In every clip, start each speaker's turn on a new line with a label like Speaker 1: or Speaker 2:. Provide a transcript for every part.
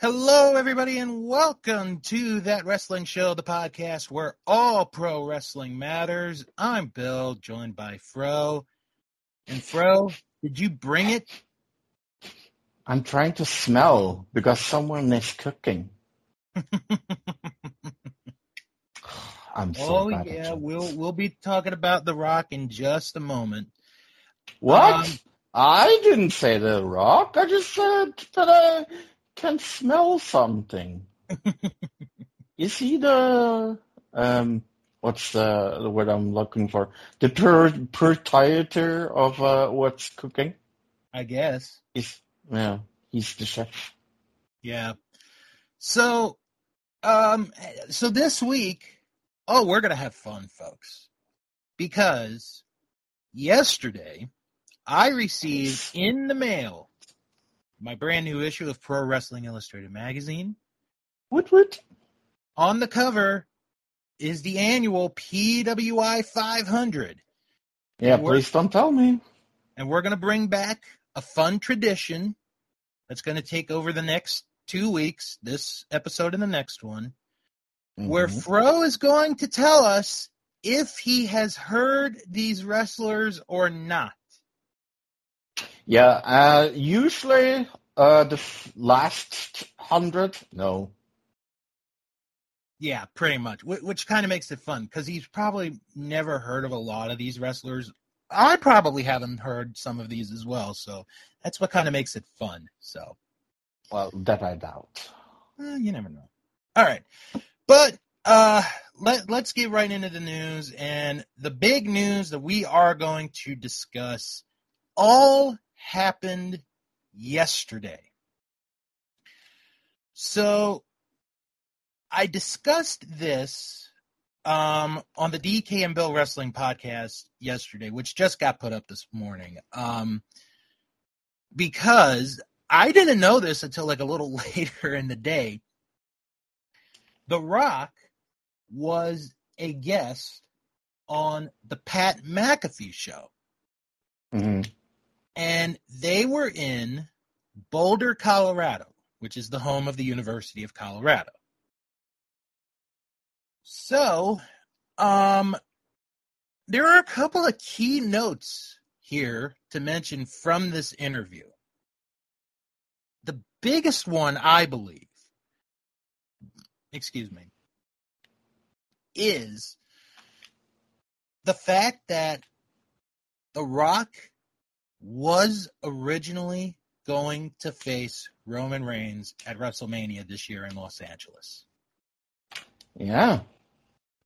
Speaker 1: Hello, everybody, and welcome to That Wrestling Show, the podcast where all pro wrestling matters. I'm Bill, joined by Fro. And Fro, did you bring it?
Speaker 2: I'm trying to smell because someone is cooking. I'm so
Speaker 1: oh
Speaker 2: bad at
Speaker 1: yeah,
Speaker 2: jokes.
Speaker 1: we'll we'll be talking about The Rock in just a moment.
Speaker 2: What?
Speaker 1: Um,
Speaker 2: I didn't say the rock. I just said that I can smell something. is he the um? What's the, the word I'm looking for? The per- proprietor of uh, what's cooking?
Speaker 1: I guess.
Speaker 2: Is yeah, he's the chef.
Speaker 1: Yeah. So, um, so this week, oh, we're gonna have fun, folks, because yesterday I received in the mail my brand new issue of Pro Wrestling Illustrated magazine.
Speaker 2: What? What?
Speaker 1: On the cover is the annual PWI 500,
Speaker 2: Yeah,
Speaker 1: What?
Speaker 2: please don't tell me.
Speaker 1: and we're gonna bring back a fun tradition that's gonna take over the next two weeks, this episode and the next one. where
Speaker 2: Mhm.
Speaker 1: Fro is going to tell us if he has heard these wrestlers or not.
Speaker 2: Yeah, uh, usually uh, the f- last hundred. No,
Speaker 1: Yeah, pretty much, wh- which kind of makes it fun because he's probably never heard of a lot of these wrestlers. I probably haven't heard some of these as well, so that's what kind of makes it fun. So
Speaker 2: well, that I doubt.
Speaker 1: eh, you never know. All right, but uh, let let's get right into the news and the big news that we are going to discuss all happened yesterday. So I discussed this um, on the DK and Bill Wrestling podcast yesterday, which just got put up this morning, um, because I didn't know this until like a little later in the day. The Rock was a guest on the Pat McAfee show Mm-hmm.
Speaker 2: Mhm.
Speaker 1: and they were in Boulder, Colorado, which is the home of the University of Colorado. So, um, there are a couple of key notes here to mention from this interview. The biggest one, I believe, excuse me, is the fact that The Rock was originally going to face Roman Reigns at WrestleMania this year in Los Angeles.
Speaker 2: Yeah,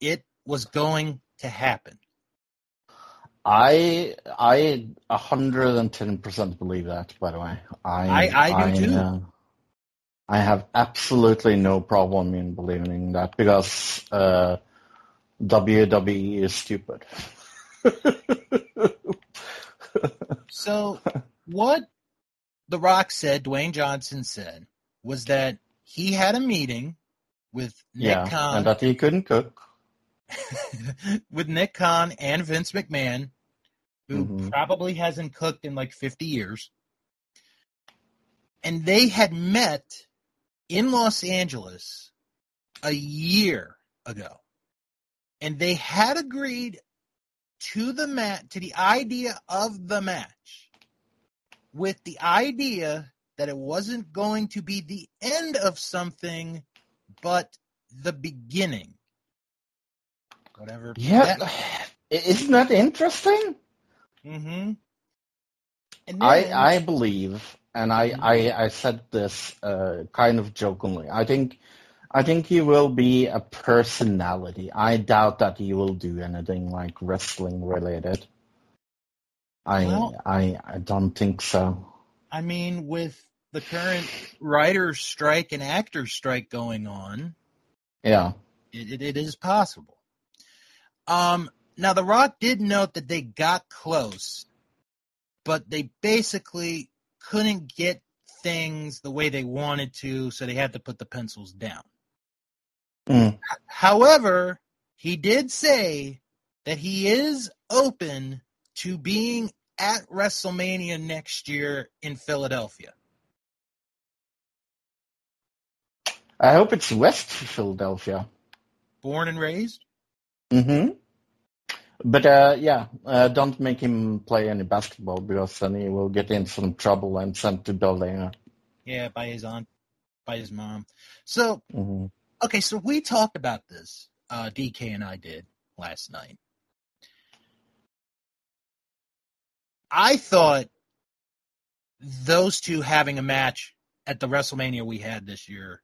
Speaker 1: It was going to happen.
Speaker 2: I I a hundred and ten percent believe that. By the way, I
Speaker 1: I- I do too.
Speaker 2: uh, I have absolutely no problem in believing in that because uh, WWE is stupid.
Speaker 1: So, what The Rock said, Dwayne Johnson said, was that he had a meeting with Nick
Speaker 2: yeah,
Speaker 1: Khan,
Speaker 2: and that he couldn't cook.
Speaker 1: with Nick Khan and Vince McMahon, who
Speaker 2: Mhm.
Speaker 1: probably hasn't cooked in like 50 years. And they had met in Los Angeles a year ago. And they had agreed to the mat to the idea of the match with the idea that it wasn't going to be the end of something but the beginning. Whatever.
Speaker 2: Yeah, isn't that interesting?
Speaker 1: Mm-hmm. And then-
Speaker 2: I, I believe, and I,
Speaker 1: Mhm.
Speaker 2: I, I said this uh, kind of jokingly. I think I think he will be a personality. I doubt that he will do anything like wrestling related. I
Speaker 1: Well-
Speaker 2: I, I don't think so.
Speaker 1: I mean, with the current writer's strike and actor's strike going on,
Speaker 2: Yeah.
Speaker 1: it, it, it is possible. Um, now, The Rock did note that they got close, but they basically couldn't get things the way they wanted to, so they had to put the pencils down.
Speaker 2: Mm.
Speaker 1: However, he did say that he is open to being at WrestleMania next year in Philadelphia.
Speaker 2: I hope it's West Philadelphia.
Speaker 1: Born and raised?
Speaker 2: hmm But uh, yeah, uh, don't make him play any basketball because then he will get in some trouble and sent to Bel-Air.
Speaker 1: Yeah, by his aunt, by his mom. So,
Speaker 2: hmm
Speaker 1: okay, so we talked about this, uh, DK and I did last night. I thought those two having a match at the WrestleMania we had this year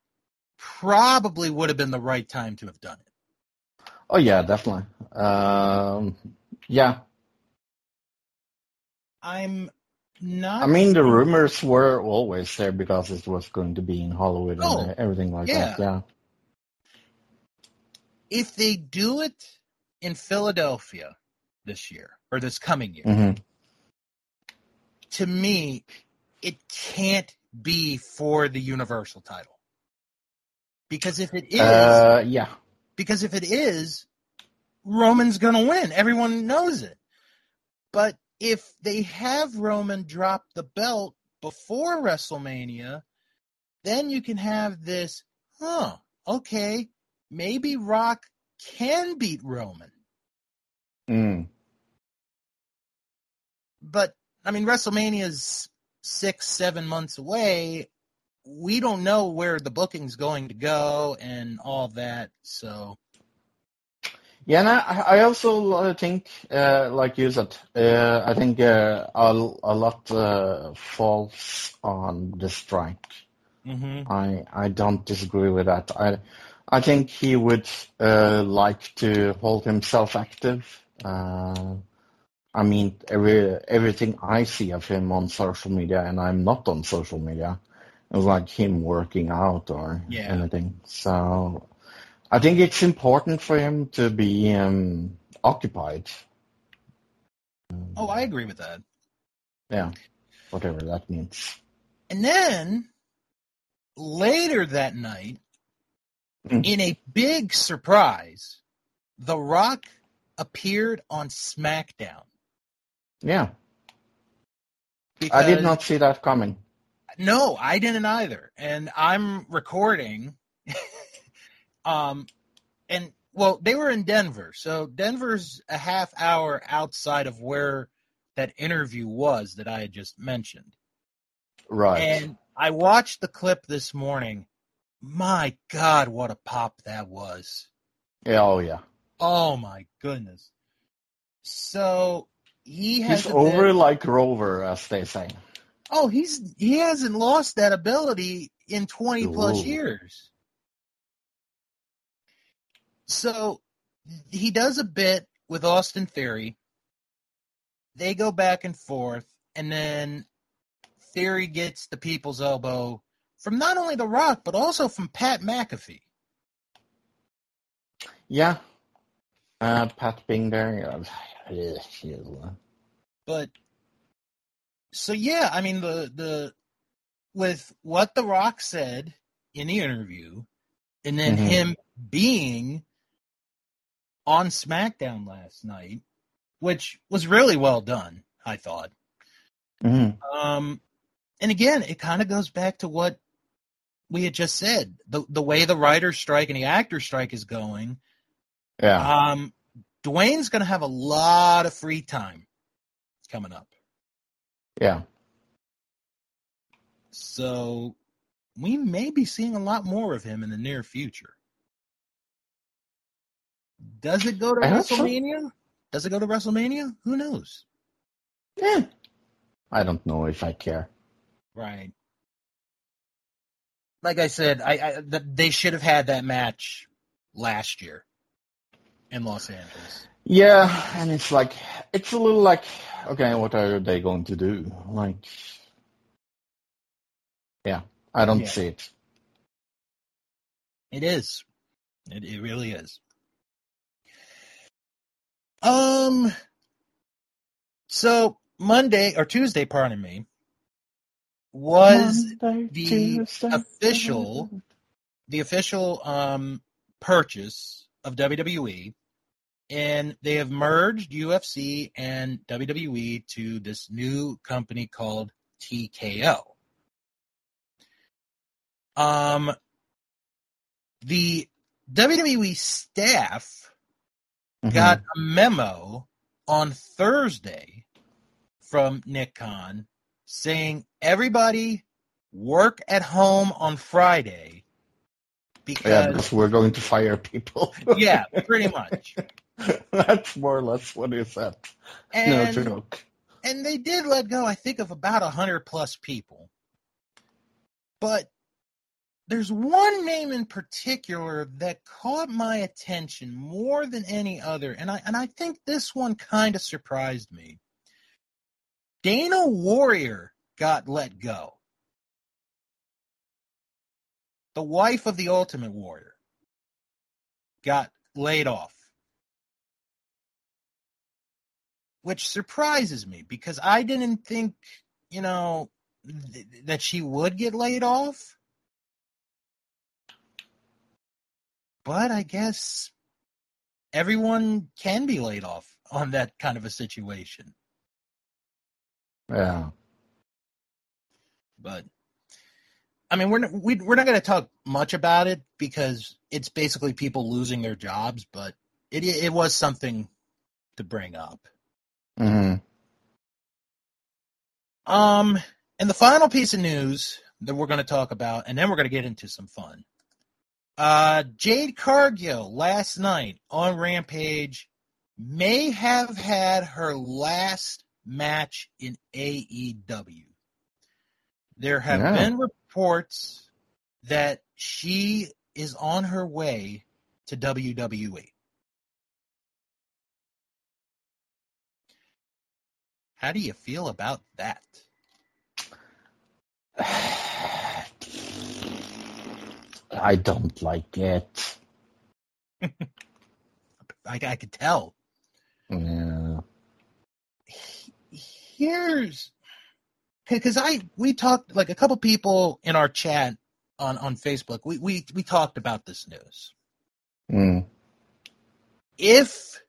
Speaker 1: probably would have been the right time to have done it.
Speaker 2: Oh yeah, definitely. Um, yeah,
Speaker 1: I'm not.
Speaker 2: I mean the rumors were always there because it was going to be in Hollywood
Speaker 1: Oh,
Speaker 2: and everything like
Speaker 1: yeah.
Speaker 2: that. Yeah.
Speaker 1: if they do it in Philadelphia this year or this coming year,
Speaker 2: hmm
Speaker 1: to me, it can't be for the Universal title. Because if it is,
Speaker 2: Uh, yeah.
Speaker 1: because if it is, Roman's going to win. Everyone knows it. But if they have Roman drop the belt before WrestleMania, then you can have this, huh, okay, maybe Rock can beat Roman.
Speaker 2: Mm.
Speaker 1: but I mean, WrestleMania's six, seven months away. We don't know where the booking's going to go and all that. So,
Speaker 2: Yeah, and I, I also uh, think, uh, like you said, uh, I think uh, a, a lot uh, falls on the strike.
Speaker 1: mm-hmm.
Speaker 2: I I don't disagree with that. I I think he would uh, like to hold himself active. Uh, I mean, every everything I see of him on social media, and I'm not on social media, is like him working out or
Speaker 1: yeah,
Speaker 2: anything. So I think it's important for him to be um, occupied.
Speaker 1: oh, I agree with that.
Speaker 2: Yeah, whatever that means.
Speaker 1: And then later that night,
Speaker 2: Mm.
Speaker 1: in a big surprise, The Rock appeared on SmackDown
Speaker 2: Yeah, I did
Speaker 1: because
Speaker 2: not see that coming.
Speaker 1: no, I didn't either. And I'm recording, um, and well, they were in Denver, so Denver's a half hour outside of where that interview was that I had just mentioned.
Speaker 2: Right.
Speaker 1: And I watched the clip this morning. My God, what a pop that was!
Speaker 2: Yeah. Oh yeah.
Speaker 1: Oh my goodness. So he has
Speaker 2: He's
Speaker 1: a bit.
Speaker 2: over like Rover, as they say.
Speaker 1: Oh, he's he hasn't lost that ability in twenty plus
Speaker 2: Ooh.
Speaker 1: years. So he does a bit with Austin Theory. They go back and forth, and then Theory gets the people's elbow from not only The Rock, but also from Pat McAfee.
Speaker 2: Yeah. Uh, Pat being there. yeah, yeah.
Speaker 1: But so yeah, I mean the the with what The Rock said in the interview, and then
Speaker 2: Mhm.
Speaker 1: him being on SmackDown last night, which was really well done, I thought.
Speaker 2: Mhm.
Speaker 1: Um, and again, it kind of goes back to what we had just said the the way the writer's strike and the actor's strike is going.
Speaker 2: Yeah.
Speaker 1: Um, Dwayne's going to have a lot of free time coming up,
Speaker 2: Yeah.
Speaker 1: so we may be seeing a lot more of him in the near future. Does it go to
Speaker 2: I hope so.
Speaker 1: WrestleMania? Does it go to WrestleMania? Who knows? Eh.
Speaker 2: Yeah. I don't know if I care.
Speaker 1: Right. Like I said, I, I th- they should have had that match last year in Los Angeles.
Speaker 2: Yeah, and it's like it's a little like okay, what are they going to do? Like, yeah, I don't
Speaker 1: Yeah,
Speaker 2: see it.
Speaker 1: it is. It it really is. Um. So Monday or Tuesday, pardon me, was
Speaker 2: Monday,
Speaker 1: the
Speaker 2: Tuesday,
Speaker 1: official the official um purchase of WWE and they have merged UFC and WWE to this new company called TKO. Um the WWE staff
Speaker 2: Mhm.
Speaker 1: got a memo on Thursday from Nick Khan saying everybody work at home on Friday
Speaker 2: Oh, Yeah,
Speaker 1: because
Speaker 2: because we're going to fire people.
Speaker 1: yeah, pretty much.
Speaker 2: That's more or less what he said.
Speaker 1: And
Speaker 2: no joke.
Speaker 1: and they did let go, I think, of about a hundred plus people. But there's one name in particular that caught my attention more than any other, and I and I think this one kind of surprised me. Dana Warrior got let go. The wife of the Ultimate Warrior got laid off. which surprises me because I didn't think, you know, th- that she would get laid off. But I guess everyone can be laid off on that kind of a situation.
Speaker 2: Yeah.
Speaker 1: But I mean, we're not, we, we're not going to talk much about it because it's basically people losing their jobs. But it it was something to bring up.
Speaker 2: hmm
Speaker 1: Um, and the final piece of news that we're going to talk about, and then we're going to get into some fun. Uh, Jade Cargill last night on Rampage may have had her last match in AEW. There have
Speaker 2: Yeah.
Speaker 1: been reports that she is on her way to E. WWE. How do you feel about that?
Speaker 2: I don't like it.
Speaker 1: I, I could tell.
Speaker 2: Yeah.
Speaker 1: here's because I we talked like a couple people in our chat on on Facebook. We we we talked about this news.
Speaker 2: Mm.
Speaker 1: If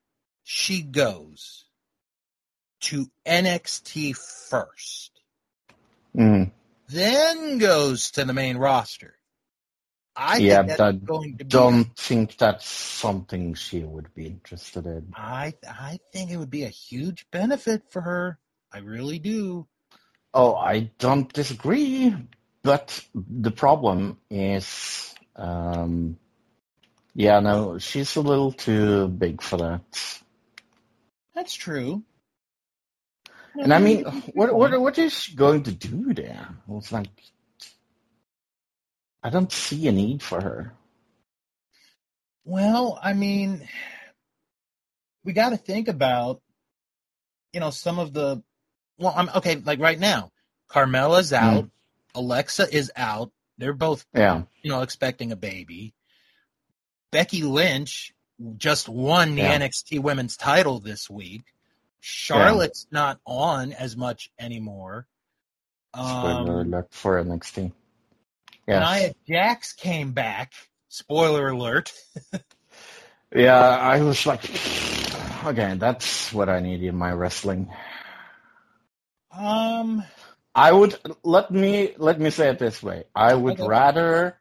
Speaker 1: she goes to NXT first,
Speaker 2: Mm.
Speaker 1: then goes to the main roster. I
Speaker 2: Yeah,
Speaker 1: think that's
Speaker 2: but
Speaker 1: going to be.
Speaker 2: Don't think that's something she would be interested in.
Speaker 1: I I think it would be a huge benefit for her. I really do.
Speaker 2: Oh, I don't disagree, but the problem is, um, yeah, no, she's a little too big for that.
Speaker 1: That's true.
Speaker 2: And I mean, what what what is she going to do there? It's like I don't see a need for her.
Speaker 1: Well, I mean, we got to think about, you know, some of the. Well, I'm okay. Like right now, Carmela's
Speaker 2: Hmm.
Speaker 1: out. Alexa is out. They're both,
Speaker 2: Yeah,
Speaker 1: you know, expecting a baby. Becky Lynch just won the
Speaker 2: Yeah.
Speaker 1: NXT Women's Title this week. Charlotte's not on as much anymore.
Speaker 2: spoiler
Speaker 1: Um,
Speaker 2: alert for NXT. Yeah,
Speaker 1: Nia Jax came back. Spoiler alert.
Speaker 2: yeah, I was like, okay, that's what I need in my wrestling.
Speaker 1: Um,
Speaker 2: I would let me let me say it this way. I would
Speaker 1: Okay.
Speaker 2: rather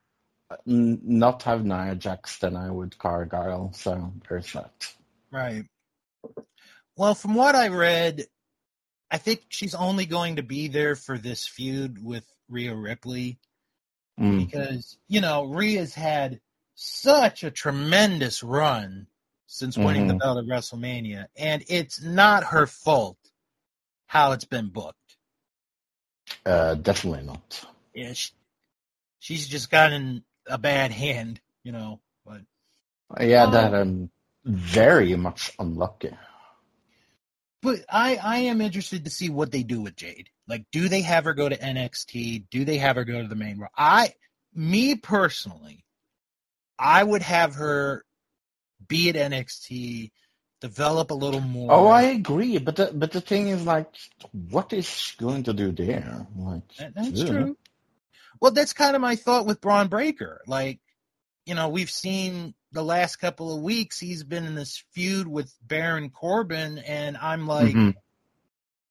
Speaker 2: n- not have Nia Jax than I would Cargill. So there's that.
Speaker 1: Right. Well, from what I read, I think she's only going to be there for this feud with Rhea Ripley
Speaker 2: Mm.
Speaker 1: because, you know, Rhea's had such a tremendous run since winning the
Speaker 2: Mhm.
Speaker 1: belt at WrestleMania, and it's not her fault how it's been booked.
Speaker 2: Uh, definitely not.
Speaker 1: Yeah, she, she's just gotten a bad hand, you know, but
Speaker 2: Yeah,
Speaker 1: Um,
Speaker 2: that I'm very much unlucky.
Speaker 1: But I, I am interested to see what they do with Jade. Like, do they have her go to NXT? Do they have her go to the main role? I, me personally, I would have her be at NXT, develop a little more.
Speaker 2: Oh, I agree, but the, but the thing is, like, what is she going to do there? Like,
Speaker 1: That- that's
Speaker 2: ugh.
Speaker 1: true. Well, that's kind of my thought with Braun Breaker. Like, you know, we've seen the last couple of
Speaker 2: Mm-hmm.
Speaker 1: weeks he's been in this feud with Baron Corbin, and I'm like,
Speaker 2: Mhm.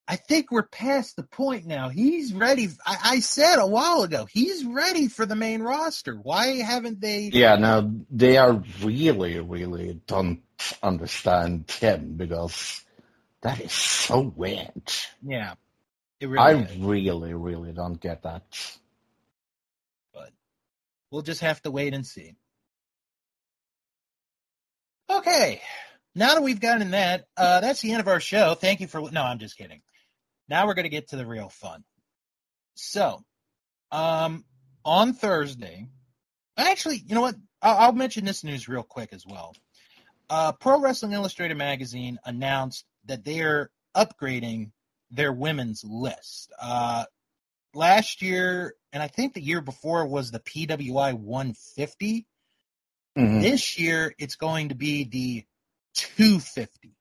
Speaker 1: I think we're past the point now. He's ready. I, I said a while ago, he's ready for the main roster. Why haven't they?
Speaker 2: Yeah, no, they are really, really don't understand him because that is so weird.
Speaker 1: Yeah, it
Speaker 2: I
Speaker 1: really. is.
Speaker 2: really, really don't get that.
Speaker 1: We'll just have to wait and see. Okay. Now that we've gotten that, uh, that's the end of our show. Thank you for. No, I'm just kidding. Now we're going to get to the real fun. So, um, on Thursday, actually, you know what? I'll, I'll mention this news real quick as well. Uh, Pro Wrestling Illustrated magazine announced that they're upgrading their women's list. Uh, last year, and I think the year before was the PWI 150.
Speaker 2: Mhm.
Speaker 1: This year, it's going to be the 250.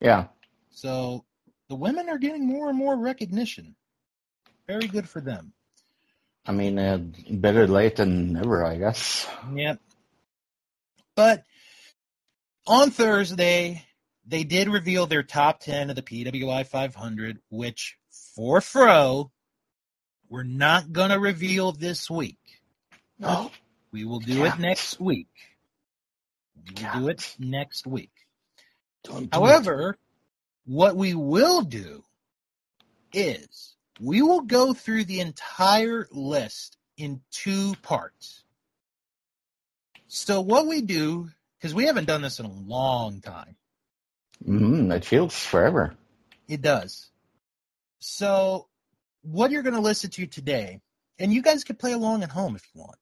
Speaker 2: Yeah,
Speaker 1: So the women are getting more and more recognition. Very good for them.
Speaker 2: I mean, uh, better late than never, I guess.
Speaker 1: Yep. But on Thursday, they did reveal their top 10 of the PWI 500, which for Fro, we're not going to reveal this week.
Speaker 2: No,
Speaker 1: We will do it
Speaker 2: Cat.
Speaker 1: next week. We will do it
Speaker 2: Cat.
Speaker 1: next week.
Speaker 2: don't do
Speaker 1: However, what we will do is we will go through the entire list in two parts. So, what we do, because we haven't done this in a long time,
Speaker 2: it. Mhm, it feels forever.
Speaker 1: it does. So, what you're going to listen to today, and you guys can play along at home if you want.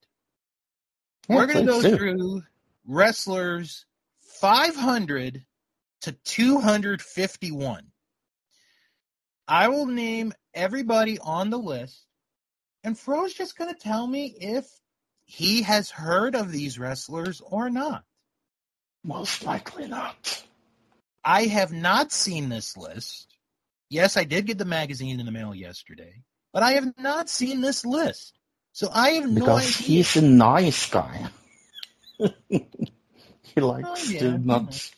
Speaker 2: Yeah,
Speaker 1: We're going to go
Speaker 2: please do.
Speaker 1: through wrestlers 500 to 251. I will name everybody on the list, and Fro's just going to tell me if he has heard of these wrestlers or not.
Speaker 2: Most likely not.
Speaker 1: I have not seen this list. Yes, I did get the magazine in the mail yesterday, but I have not seen this list. So I have no
Speaker 2: Because
Speaker 1: idea.
Speaker 2: he's a nice guy. he likes
Speaker 1: Oh, yeah,
Speaker 2: to
Speaker 1: he
Speaker 2: not
Speaker 1: knows.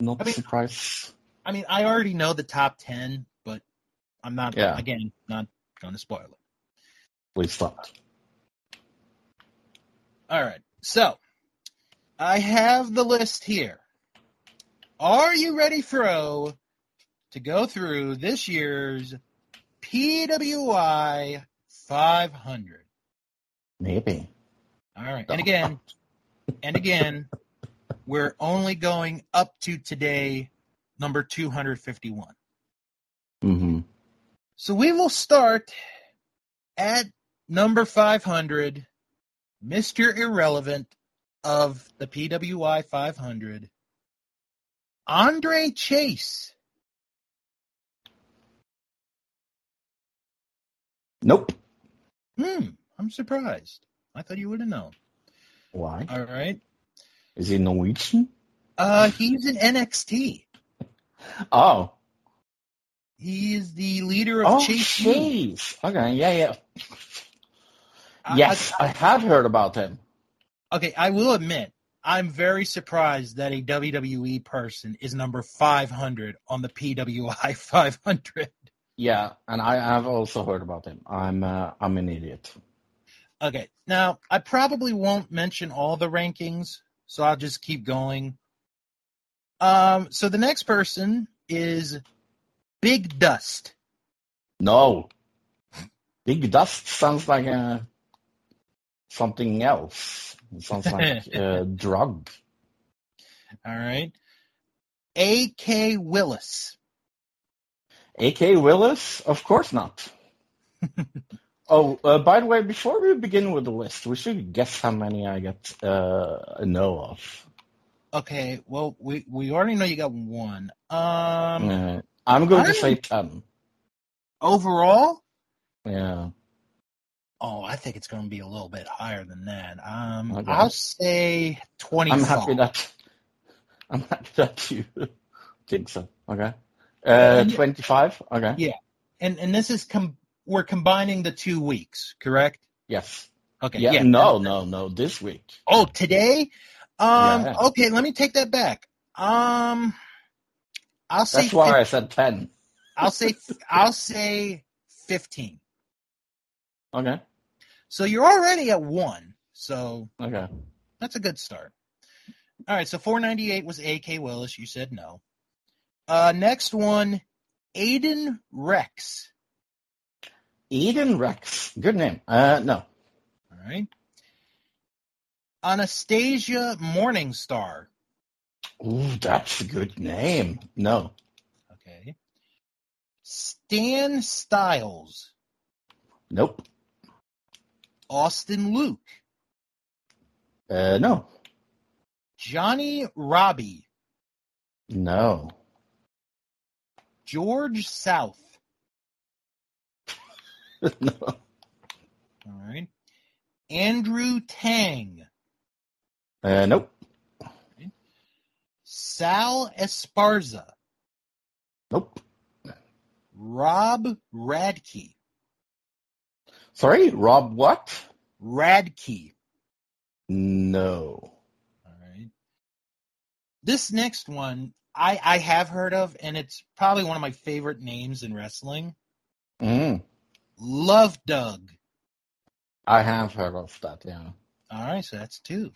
Speaker 2: not
Speaker 1: I mean-
Speaker 2: surprise.
Speaker 1: I mean, I already know the top ten, but I'm not
Speaker 2: Yeah.
Speaker 1: again not going to spoil it.
Speaker 2: Please stop.
Speaker 1: All right, so I have the list here. Are you ready, Fro, to go through this year's PWI 500?
Speaker 2: Maybe.
Speaker 1: All right, and again, and again, we're only going up to today, number 251.
Speaker 2: hmm
Speaker 1: So we will start at number 500, Mr. Irrelevant of the PWI 500, Andre Chase.
Speaker 2: Nope.
Speaker 1: Hmm, I'm surprised. I thought you would have known.
Speaker 2: Why?
Speaker 1: All right.
Speaker 2: Is he Norwegian?
Speaker 1: Uh, he's in NXT.
Speaker 2: Oh.
Speaker 1: He is the leader of
Speaker 2: Oh,
Speaker 1: Chase. U.
Speaker 2: jeez. Okay, yeah, yeah.
Speaker 1: I-
Speaker 2: yes, I have heard about him.
Speaker 1: I- okay, I will admit, I'm very surprised that a WWE person is number 500 on the PWI 500.
Speaker 2: Yeah, and I have also heard about him. I'm uh, I'm an idiot.
Speaker 1: Okay. Now, I probably won't mention all the rankings, so I'll just keep going. Um, so the next person is Big Dust.
Speaker 2: No. Big Dust sounds like uh, something else. It sounds like a drug.
Speaker 1: All right. A.K. Willis.
Speaker 2: A.K. Willis? Of course not. oh, uh, by the way, before we begin with the list, we should guess how many I get uh, know of.
Speaker 1: Okay, well, we, we already know you got one. Um,
Speaker 2: Uh, I'm going to
Speaker 1: I'm-
Speaker 2: say 10.
Speaker 1: Overall,
Speaker 2: Yeah.
Speaker 1: oh, I think it's going to be a little bit higher than that. Um,
Speaker 2: Okay.
Speaker 1: I'll say 25.
Speaker 2: I'm happy that I'm happy that you think so. Okay. Uh,
Speaker 1: Yeah.
Speaker 2: 25? Okay.
Speaker 1: Yeah. and, and this is, com- we're combining the two weeks, correct?
Speaker 2: Yes.
Speaker 1: Okay,
Speaker 2: Yeah,
Speaker 1: yeah.
Speaker 2: No, no, no. This week.
Speaker 1: Oh, today? Um
Speaker 2: Yeah.
Speaker 1: okay, let me take that back. Um I'll say
Speaker 2: That's why
Speaker 1: fif-
Speaker 2: I said 10.
Speaker 1: I'll say I'll say fifteen.
Speaker 2: Okay.
Speaker 1: So you're already at one. So
Speaker 2: Okay.
Speaker 1: that's a good start. All right. So 498 was A.K. Willis. You said no. Uh, next one, Aiden Rex.
Speaker 2: Eden Rex. Good name. Uh, no.
Speaker 1: All right. Anastasia Morningstar.
Speaker 2: Ooh, that's a good name. No.
Speaker 1: Okay. Stan Styles.
Speaker 2: Nope.
Speaker 1: Austin Luke.
Speaker 2: Uh, no.
Speaker 1: Johnny Robbie.
Speaker 2: No.
Speaker 1: George South.
Speaker 2: no.
Speaker 1: All right. Andrew Tang.
Speaker 2: Uh, nope.
Speaker 1: Sal Esparza.
Speaker 2: Nope.
Speaker 1: Rob Radke.
Speaker 2: Sorry, Rob what?
Speaker 1: Radke.
Speaker 2: No.
Speaker 1: All right. This next one I, I have heard of, and it's probably one of my favorite names in wrestling.
Speaker 2: Mm,
Speaker 1: Love Doug.
Speaker 2: I have heard of that, yeah.
Speaker 1: All right, so that's two.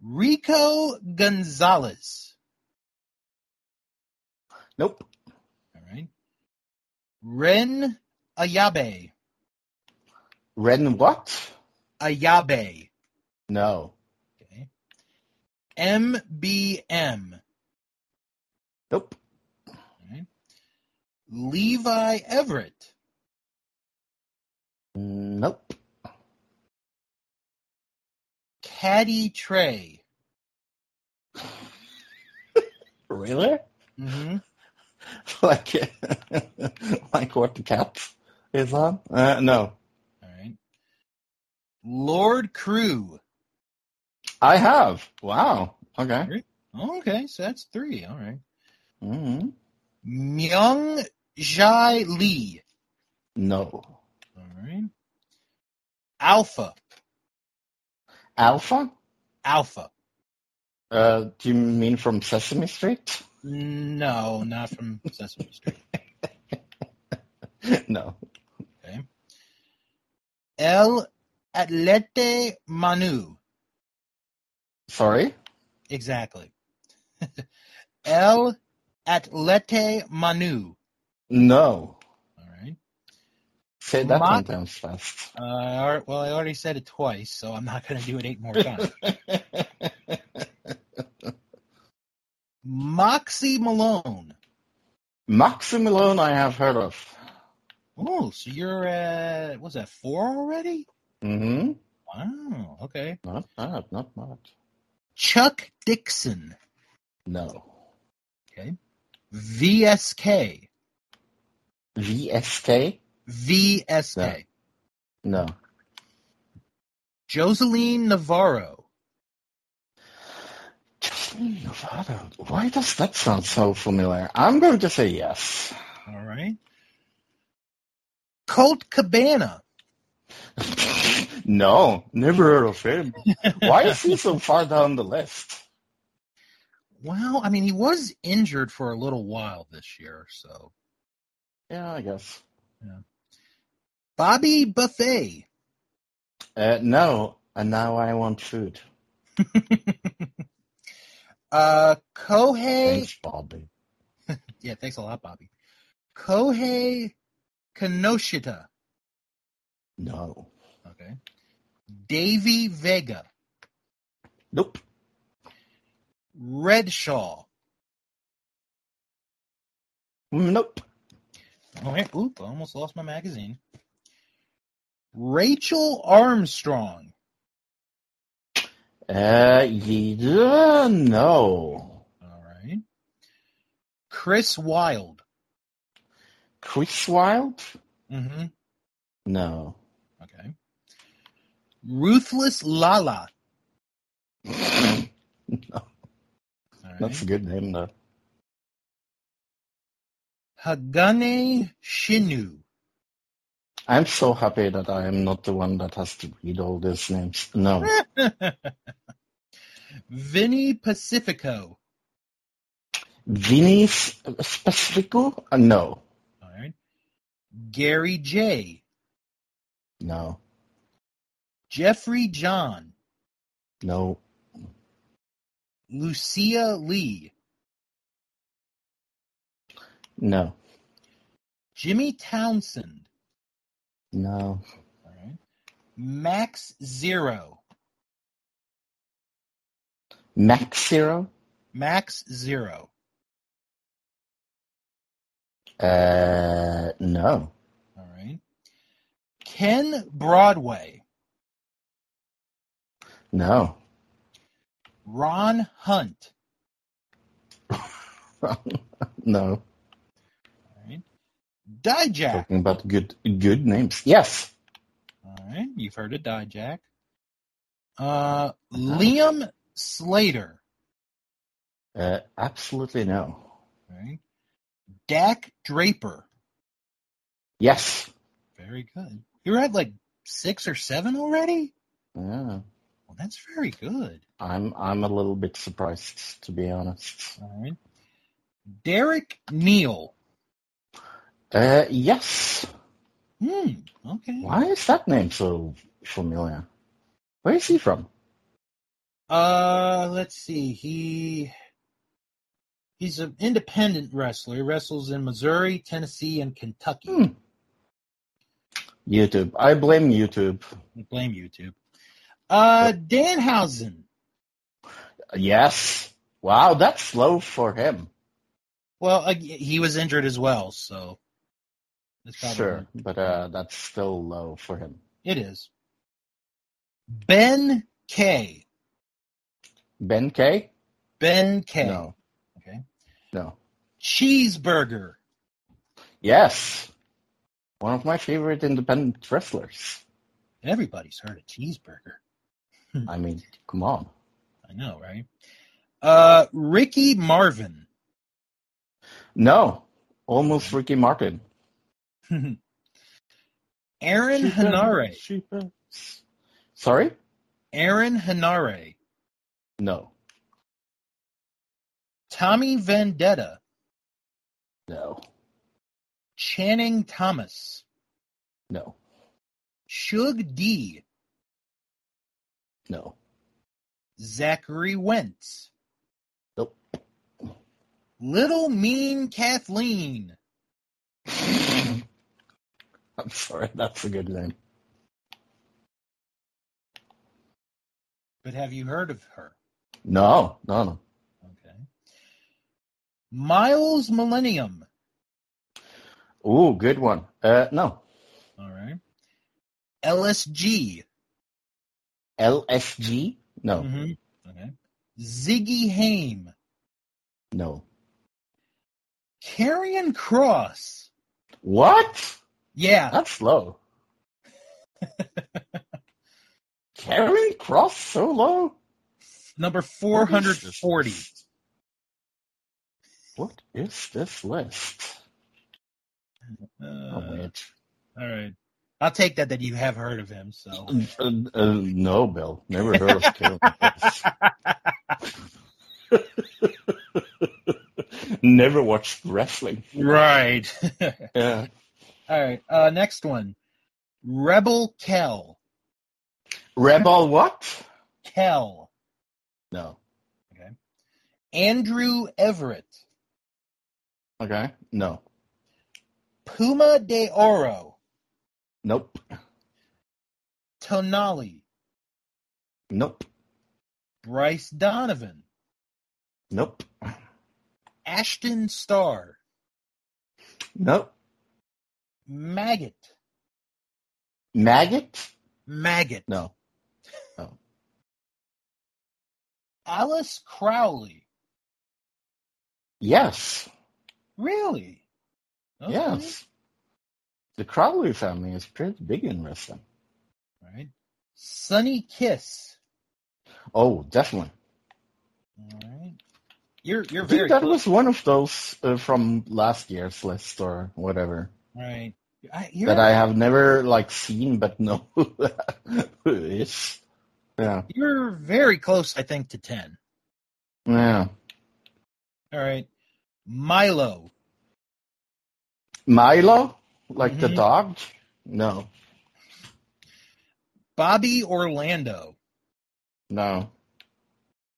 Speaker 1: Rico Gonzalez.
Speaker 2: Nope.
Speaker 1: All right. Ren Ayabe.
Speaker 2: Ren what?
Speaker 1: Ayabe.
Speaker 2: No.
Speaker 1: Okay. MBM.
Speaker 2: Nope.
Speaker 1: All right. Levi Everett.
Speaker 2: Nope.
Speaker 1: Caddy Trey.
Speaker 2: Really?
Speaker 1: Mm-hmm.
Speaker 2: like, like what the cat is on? Uh, no.
Speaker 1: All right. Lord Crew.
Speaker 2: I have. Wow. Okay.
Speaker 1: Oh, okay, so that's three. All right.
Speaker 2: Mm,
Speaker 1: Myung Jai Lee.
Speaker 2: no.
Speaker 1: All right. Alpha.
Speaker 2: Alpha?
Speaker 1: Alpha.
Speaker 2: Uh, do you mean from Sesame Street?
Speaker 1: No, not from Sesame Street.
Speaker 2: no.
Speaker 1: El Atlete Manu.
Speaker 2: Sorry?
Speaker 1: Exactly. El Atlete Manu.
Speaker 2: No.
Speaker 1: All right.
Speaker 2: Say that
Speaker 1: Ma-
Speaker 2: one time fast.
Speaker 1: Uh, all right, well, I already said it twice, so I'm not going to do it eight more times. Moxie Malone.
Speaker 2: Maximilone I have heard of.
Speaker 1: Oh, so you're at what's that four already?
Speaker 2: hmm
Speaker 1: Wow. Okay.
Speaker 2: Not bad, not bad.
Speaker 1: Chuck Dixon,
Speaker 2: No.
Speaker 1: VSK,
Speaker 2: VSK?
Speaker 1: VSK,
Speaker 2: Yeah. No.
Speaker 1: Joseline Navarro,
Speaker 2: Jocelyn Novato. Why does that sound so familiar? I'm going to say yes.
Speaker 1: all right. Colt Cabana,
Speaker 2: no, never heard of him. Why is he so far down the list?
Speaker 1: Well, I mean, he was injured for a little while this year, so
Speaker 2: Yeah, I guess.
Speaker 1: Bobby Buffet.
Speaker 2: Uh, no, and now I want food.
Speaker 1: Uh, Kohei.
Speaker 2: Thanks, Bobby.
Speaker 1: Yeah, thanks a lot, Bobby. Kohei Kinoshita.
Speaker 2: No.
Speaker 1: Okay. Davy Vega.
Speaker 2: Nope.
Speaker 1: Redshaw.
Speaker 2: Mm, Nope.
Speaker 1: All right. Oop, I almost lost my magazine. Rachel Armstrong.
Speaker 2: Uh, yeah, no.
Speaker 1: All right. Chris Wilde.
Speaker 2: Chris Wilde?
Speaker 1: Mm-hmm.
Speaker 2: No.
Speaker 1: Okay. Ruthless Lala.
Speaker 2: That's
Speaker 1: All right.
Speaker 2: a good name, though.
Speaker 1: Hagane Shinu.
Speaker 2: I'm so happy that I am not the one that has to read all these names. No.
Speaker 1: Vinny Pacifico.
Speaker 2: Vinny S- Specifico? Uh, no,
Speaker 1: All right. Gary J.
Speaker 2: no,
Speaker 1: Jeffrey John.
Speaker 2: no,
Speaker 1: Lucia Lee.
Speaker 2: no,
Speaker 1: Jimmy Townsend.
Speaker 2: no,
Speaker 1: All right. Max Zero.
Speaker 2: Max Zero?
Speaker 1: Max Zero.
Speaker 2: Uh, no,
Speaker 1: All right. Ken Broadway.
Speaker 2: no.
Speaker 1: Ron Hunt. All
Speaker 2: no,
Speaker 1: right. Dijak.
Speaker 2: talking about good good names. Yes,
Speaker 1: All right. You've heard of Dijak. Uh, Liam Slater.
Speaker 2: uh, absolutely no.
Speaker 1: All right. Dak Draper.
Speaker 2: Yes,
Speaker 1: Very good. You're at like six or seven already?
Speaker 2: yeah.
Speaker 1: Well, that's very good.
Speaker 2: I'm I'm a little bit surprised to be honest.
Speaker 1: All right. Derek Neal.
Speaker 2: Uh, yes.
Speaker 1: Hmm. Okay.
Speaker 2: Why is that name so familiar? Where is he from?
Speaker 1: Uh, let's see. He he's an independent wrestler. He wrestles in Missouri, Tennessee, and Kentucky.
Speaker 2: Hmm. YouTube. I blame YouTube.
Speaker 1: I blame YouTube. Uh, Danhausen.
Speaker 2: Yes. Wow, that's slow for him.
Speaker 1: Well, uh, he was injured as well, so that's probably
Speaker 2: Sure, but uh, that's still low for him.
Speaker 1: it is. Ben K.
Speaker 2: Ben K?
Speaker 1: Ben K.
Speaker 2: No.
Speaker 1: Okay.
Speaker 2: No.
Speaker 1: Cheeseburger.
Speaker 2: Yes. One of my favorite independent wrestlers.
Speaker 1: Everybody's heard of cheeseburger.
Speaker 2: I mean, come on.
Speaker 1: I know, right? Uh, Ricky Marvin.
Speaker 2: No. Almost Ricky Martin.
Speaker 1: Aaron Hanare.
Speaker 2: Cheaper. Sorry?
Speaker 1: Aaron Hanare.
Speaker 2: No.
Speaker 1: Tommy Vendetta.
Speaker 2: No.
Speaker 1: Channing Thomas.
Speaker 2: No.
Speaker 1: Shug D.
Speaker 2: No.
Speaker 1: Zachary Wentz.
Speaker 2: Nope.
Speaker 1: Little Mean Kathleen.
Speaker 2: I'm sorry, that's a good name.
Speaker 1: But have you heard of her?
Speaker 2: No, no, no.
Speaker 1: Okay. Miles Millennium.
Speaker 2: Ooh, good one. Uh, no.
Speaker 1: All right. LSG.
Speaker 2: LSG? No,
Speaker 1: Mhm. Okay. Ziggy Haim.
Speaker 2: no.
Speaker 1: Carrion Cross.
Speaker 2: What?
Speaker 1: Yeah.
Speaker 2: That's low. Karen Cross so low?
Speaker 1: Number 440.
Speaker 2: What is this list?
Speaker 1: Uh,
Speaker 2: oh,
Speaker 1: all
Speaker 2: wait.
Speaker 1: right. I'll take that that you have heard of him. So,
Speaker 2: Uh, uh, no, Bill. Never heard of Karen Cross. Never watched wrestling. Uh,
Speaker 1: right.
Speaker 2: Yeah.
Speaker 1: all right. Uh, next one. Rebel Kel.
Speaker 2: Rebel what?
Speaker 1: Kel.
Speaker 2: No.
Speaker 1: Andrew Everett.
Speaker 2: Okay. No.
Speaker 1: Puma de Oro.
Speaker 2: Nope.
Speaker 1: Tonali.
Speaker 2: Nope.
Speaker 1: Bryce Donovan.
Speaker 2: Nope.
Speaker 1: Ashton Starr.
Speaker 2: Nope.
Speaker 1: Maggot.
Speaker 2: Maggot?
Speaker 1: Maggot.
Speaker 2: No.
Speaker 1: Alice Crowley.
Speaker 2: Yes.
Speaker 1: Really? Okay.
Speaker 2: Yes. The Crowley family is pretty big in wrestling.
Speaker 1: All right. Sunny Kiss.
Speaker 2: Oh, definitely.
Speaker 1: All right. You're you're
Speaker 2: I think
Speaker 1: very
Speaker 2: that
Speaker 1: close.
Speaker 2: was one of those uh, from last year's list or whatever
Speaker 1: right. I, you're,
Speaker 2: that I have never like seen but know who it is. Yeah.
Speaker 1: you're very close, I think, to ten.
Speaker 2: Yeah.
Speaker 1: All right. Milo.
Speaker 2: Milo, like the
Speaker 1: Mhm.
Speaker 2: dog? No,
Speaker 1: Bobby Orlando.
Speaker 2: no.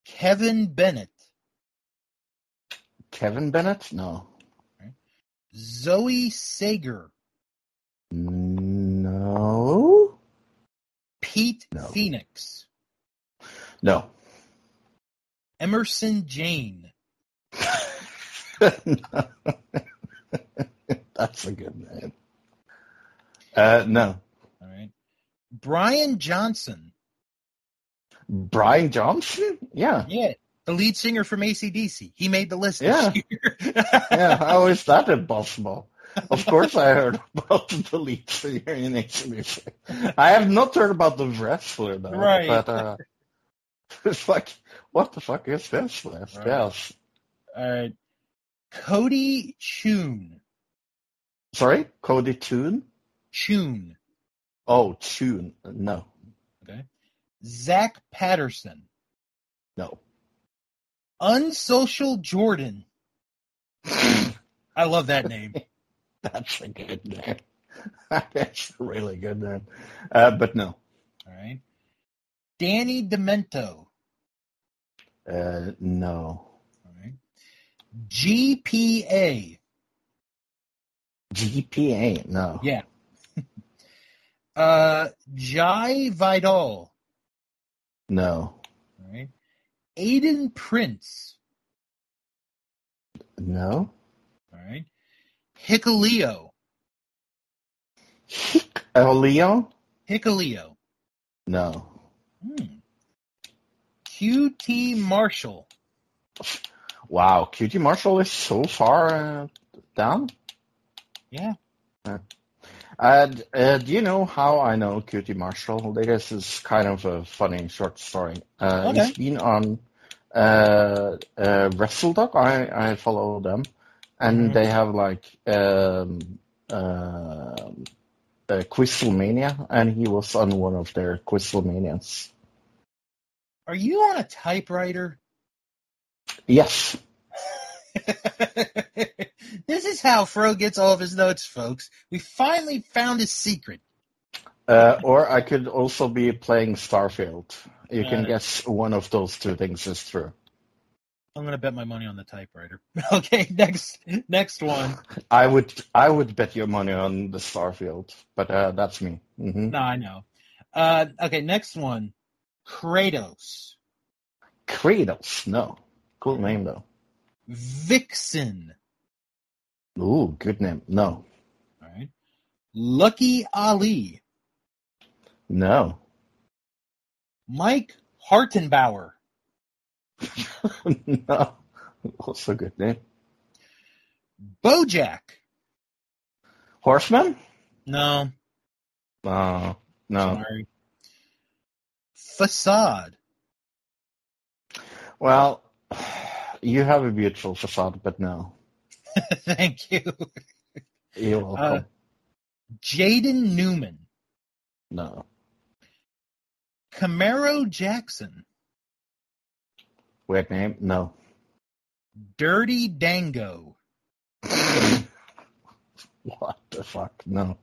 Speaker 1: Kevin Bennett.
Speaker 2: Kevin Bennett? No,
Speaker 1: Zoe Sager.
Speaker 2: no,
Speaker 1: Pete
Speaker 2: No.
Speaker 1: Phoenix.
Speaker 2: no,
Speaker 1: Emerson Jane.
Speaker 2: That's a good name. Uh, no,
Speaker 1: All right. Brian Johnson.
Speaker 2: Brian Johnson? Yeah,
Speaker 1: Yeah. The lead singer from ACDC. He made the list
Speaker 2: Yeah.
Speaker 1: this year.
Speaker 2: yeah. How is that impossible? Of course, I heard about the lead singer in ACDC. I have not heard about the wrestler though.
Speaker 1: Right.
Speaker 2: But uh, it's like, what the fuck is this list?
Speaker 1: Right.
Speaker 2: Yes.
Speaker 1: All right. Cody Chun.
Speaker 2: Sorry, Cody Tune.
Speaker 1: Chun.
Speaker 2: Oh, Tune. No,
Speaker 1: Okay. Zach Patterson.
Speaker 2: no.
Speaker 1: Unsocial Jordan. I love that name.
Speaker 2: That's a good name. That's a really good name. Uh, but no,
Speaker 1: All right. Danny Demento.
Speaker 2: uh, no.
Speaker 1: All right. GPA.
Speaker 2: GPA, no.
Speaker 1: Yeah. Uh, Jai Vidal.
Speaker 2: No,
Speaker 1: All right. Aiden Prince.
Speaker 2: no.
Speaker 1: All right. Hikaleo.
Speaker 2: Uh, Leo?
Speaker 1: Hikaleo.
Speaker 2: No.
Speaker 1: Hmm. QT Marshall.
Speaker 2: Wow, QT Marshall is so far uh, down.
Speaker 1: Yeah.
Speaker 2: And uh, do you know how I know QT Marshall? This is kind of a funny short story. Uh,
Speaker 1: Okay.
Speaker 2: He's been on uh, uh, WrestleDoc. I, I follow them, and
Speaker 1: Mhm.
Speaker 2: they have like um, uh, uh, Quizlemania, and he was on one of their Quizlemanias.
Speaker 1: Are you on a typewriter?
Speaker 2: Yes,
Speaker 1: this is how Fro gets all of his notes, folks. We finally found his secret.
Speaker 2: uh, or I could also be playing Starfield. You
Speaker 1: Got
Speaker 2: can
Speaker 1: it.
Speaker 2: guess one of those two things is true.
Speaker 1: I'm gonna bet my money on the typewriter. Okay, next next one.
Speaker 2: I would I would bet your money on the Starfield, but uh, that's me. hmm
Speaker 1: No, I know. Uh, okay, next one. Kratos.
Speaker 2: Kratos, no, cool name though.
Speaker 1: Vixen.
Speaker 2: Ooh, good name. No,
Speaker 1: All right. Lucky Ali.
Speaker 2: no,
Speaker 1: Mike Hartenbauer.
Speaker 2: no. Also good name.
Speaker 1: Bojack.
Speaker 2: Horseman?
Speaker 1: No,
Speaker 2: No, no.
Speaker 1: sorry. Facade.
Speaker 2: Well, you have a beautiful facade, but no.
Speaker 1: Thank you.
Speaker 2: You're welcome.
Speaker 1: Jaden Newman.
Speaker 2: no.
Speaker 1: Camaro Jackson.
Speaker 2: Weird name? No.
Speaker 1: Dirty Dango.
Speaker 2: what the fuck? No.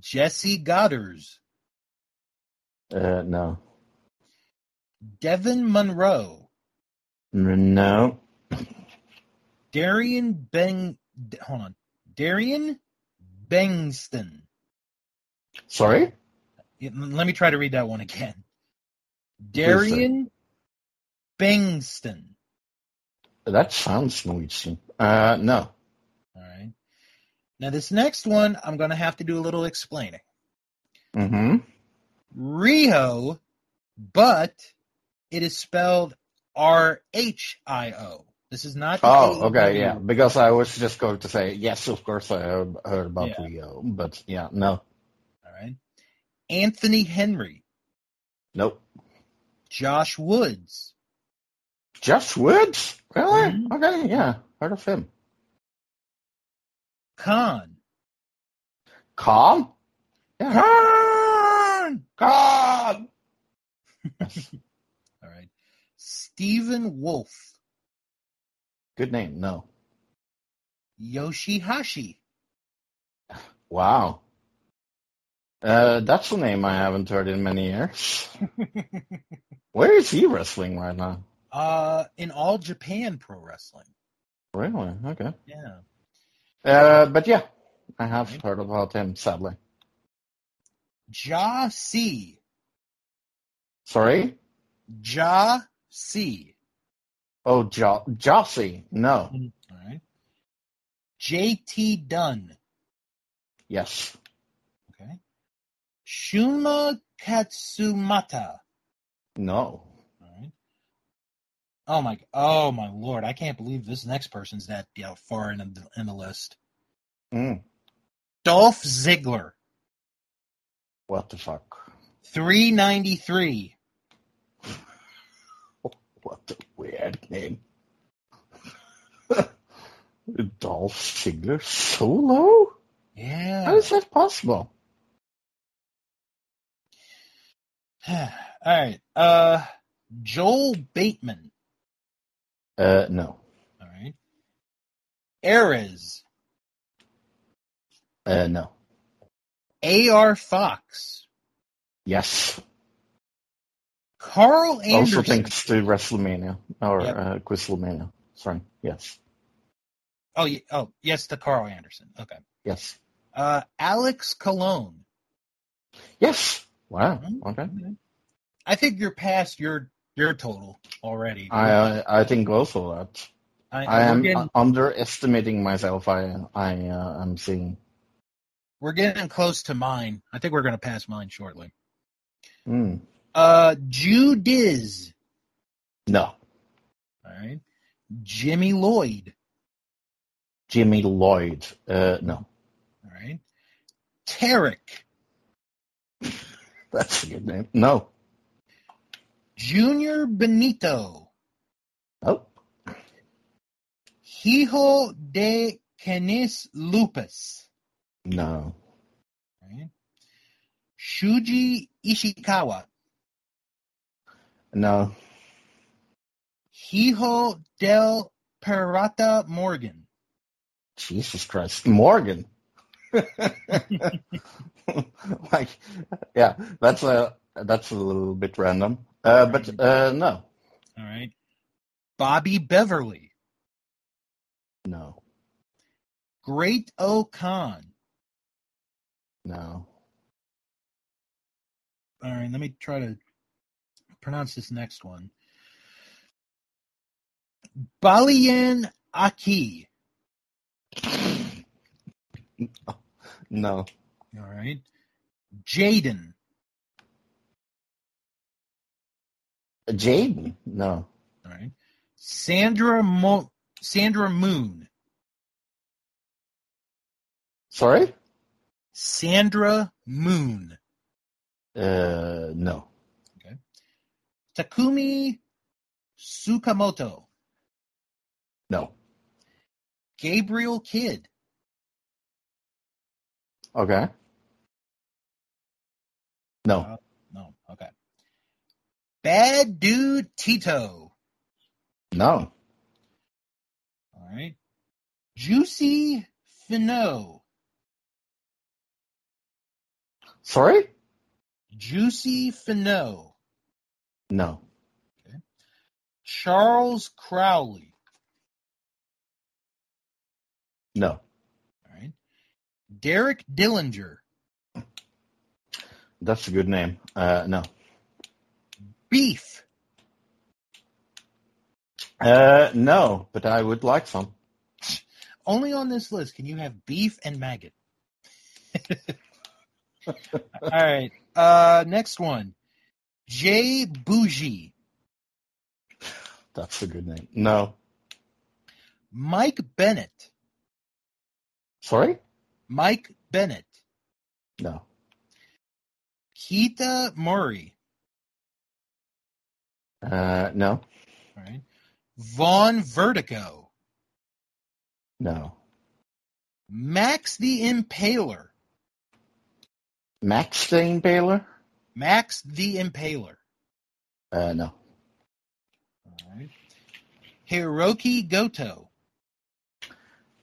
Speaker 1: Jesse Godders.
Speaker 2: Uh, no.
Speaker 1: Devin Monroe.
Speaker 2: No.
Speaker 1: Darian Beng. D- Hold on. Darian Bengston.
Speaker 2: Sorry?
Speaker 1: Yeah, l- Let me try to read that one again.
Speaker 2: sir.
Speaker 1: Darian Bengston.
Speaker 2: That sounds Norwegian. Uh, no.
Speaker 1: All right. Now, this next one, I'm going to have to do a little explaining.
Speaker 2: Mm-hmm.
Speaker 1: Rio, but it is spelled R H I O. This is not. E the
Speaker 2: Oh,
Speaker 1: A-E-W.
Speaker 2: okay, yeah. Because I was just going to say, yes, of course I heard, heard about
Speaker 1: Yeah.
Speaker 2: Leo, but yeah, no.
Speaker 1: All right. Anthony Henry,
Speaker 2: Nope.
Speaker 1: Josh Woods,
Speaker 2: Josh Woods? Really?
Speaker 1: Mhm.
Speaker 2: Okay, yeah. Heard of him.
Speaker 1: Khan,
Speaker 2: Calm? Yeah.
Speaker 1: Khan.
Speaker 2: Calm!
Speaker 1: All right. Stephen Wolf,
Speaker 2: Good name. No.
Speaker 1: Yoshihashi.
Speaker 2: Wow. Uh, that's a name I haven't heard in many years. Where is he wrestling right now?
Speaker 1: Uh, in all Japan pro wrestling.
Speaker 2: Really? Okay.
Speaker 1: Yeah.
Speaker 2: Uh, but yeah, I have
Speaker 1: Right.
Speaker 2: heard about him, sadly.
Speaker 1: Ja C.
Speaker 2: Sorry?
Speaker 1: Ja C.
Speaker 2: Oh, jo- Jossie. No.
Speaker 1: All right. JT Dunn.
Speaker 2: Yes.
Speaker 1: Okay. Shuma Katsumata.
Speaker 2: No.
Speaker 1: All right. Oh my! Oh my lord! I can't believe this next person's that you know, far in the, in the list.
Speaker 2: Mm,
Speaker 1: Dolph Ziggler,
Speaker 2: what the fuck?
Speaker 1: three ninety three.
Speaker 2: What a weird name. Dolph Ziggler solo? How
Speaker 1: Yeah.
Speaker 2: is that possible?
Speaker 1: All right. Uh, Joel Bateman.
Speaker 2: Uh, no.
Speaker 1: All right. Erez,
Speaker 2: Uh, no.
Speaker 1: A.R. Fox,
Speaker 2: Yes.
Speaker 1: Carl
Speaker 2: Also
Speaker 1: Anderson.
Speaker 2: thanks to WrestleMania or
Speaker 1: Yep.
Speaker 2: uh, Quizlemania. Sorry. Yes.
Speaker 1: Oh, ye- oh, yes, the Carl Anderson. Okay.
Speaker 2: Yes.
Speaker 1: Uh, Alex Cologne.
Speaker 2: Yes. Wow.
Speaker 1: Mhm.
Speaker 2: Okay.
Speaker 1: I think you're past your your total already.
Speaker 2: I uh, I think also that
Speaker 1: I,
Speaker 2: I
Speaker 1: we're
Speaker 2: am
Speaker 1: getting,
Speaker 2: uh, underestimating myself. I I uh, am seeing.
Speaker 1: we're getting close to mine. I think we're going to pass mine shortly.
Speaker 2: Mm.
Speaker 1: Uh, Judiz.
Speaker 2: No,
Speaker 1: All right. Jimmy Lloyd.
Speaker 2: Jimmy Lloyd. Uh, no,
Speaker 1: All right. Tarek
Speaker 2: that's a good name. No.
Speaker 1: Junior Benito.
Speaker 2: Nope.
Speaker 1: Hijo de Canis Lupus.
Speaker 2: No.
Speaker 1: All right. Shuji Ishikawa.
Speaker 2: No.
Speaker 1: Hijo del Pirata Morgan.
Speaker 2: Jesus Christ, Morgan. like, yeah, that's a that's a little bit random. Uh, but uh, no,
Speaker 1: All right. Bobby Beverly.
Speaker 2: no,
Speaker 1: Great O'Con.
Speaker 2: no.
Speaker 1: All right, let me try to pronounce this next one. Balian Aki.
Speaker 2: No.
Speaker 1: All right. Jaden.
Speaker 2: Jaden. No.
Speaker 1: All right. Sandra Mo- Sandra Moon.
Speaker 2: Sorry.
Speaker 1: Sandra Moon.
Speaker 2: Uh, no.
Speaker 1: Takumi Sukamoto.
Speaker 2: No.
Speaker 1: Gabriel Kidd.
Speaker 2: Okay. No.
Speaker 1: No, okay. Bad Dude Tito.
Speaker 2: No.
Speaker 1: All right. Juicy Finot.
Speaker 2: Sorry.
Speaker 1: Juicy Finot,
Speaker 2: No.
Speaker 1: Charles Crowley,
Speaker 2: No.
Speaker 1: all right. Derek Dillinger,
Speaker 2: That's a good name. Uh, no.
Speaker 1: Beef,
Speaker 2: Uh, no. But I would like some.
Speaker 1: only on this list can you have beef and maggot. all right. Uh, next one. Jay Bougie,
Speaker 2: That's a good name. No.
Speaker 1: Mike Bennett,
Speaker 2: Sorry.
Speaker 1: Mike Bennett,
Speaker 2: No.
Speaker 1: Keita Murray,
Speaker 2: Uh, no.
Speaker 1: all right. Vaughn Vertigo,
Speaker 2: No.
Speaker 1: Max the Impaler,
Speaker 2: Max Steinbaler.
Speaker 1: Max the Impaler.
Speaker 2: Uh, no.
Speaker 1: Alright. Hiroki Goto.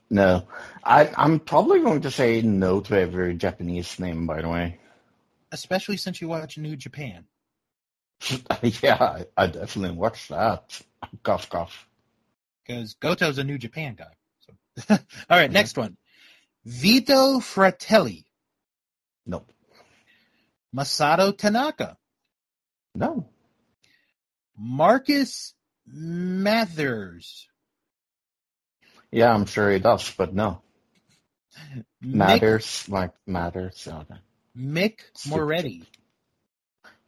Speaker 2: No, I, I'm probably going to say no to every Japanese name. By the way,
Speaker 1: Especially since you watch New Japan.
Speaker 2: yeah, I, I definitely watched that. Cough, cough.
Speaker 1: because Goto's a New Japan guy. So, all right, next one: Vito Fratelli,
Speaker 2: No,
Speaker 1: Masato Tanaka,
Speaker 2: no,
Speaker 1: Marcus Mathers,
Speaker 2: yeah, I'm sure he does, but no,
Speaker 1: Mick-
Speaker 2: matters like matters. Okay.
Speaker 1: Mick Moretti,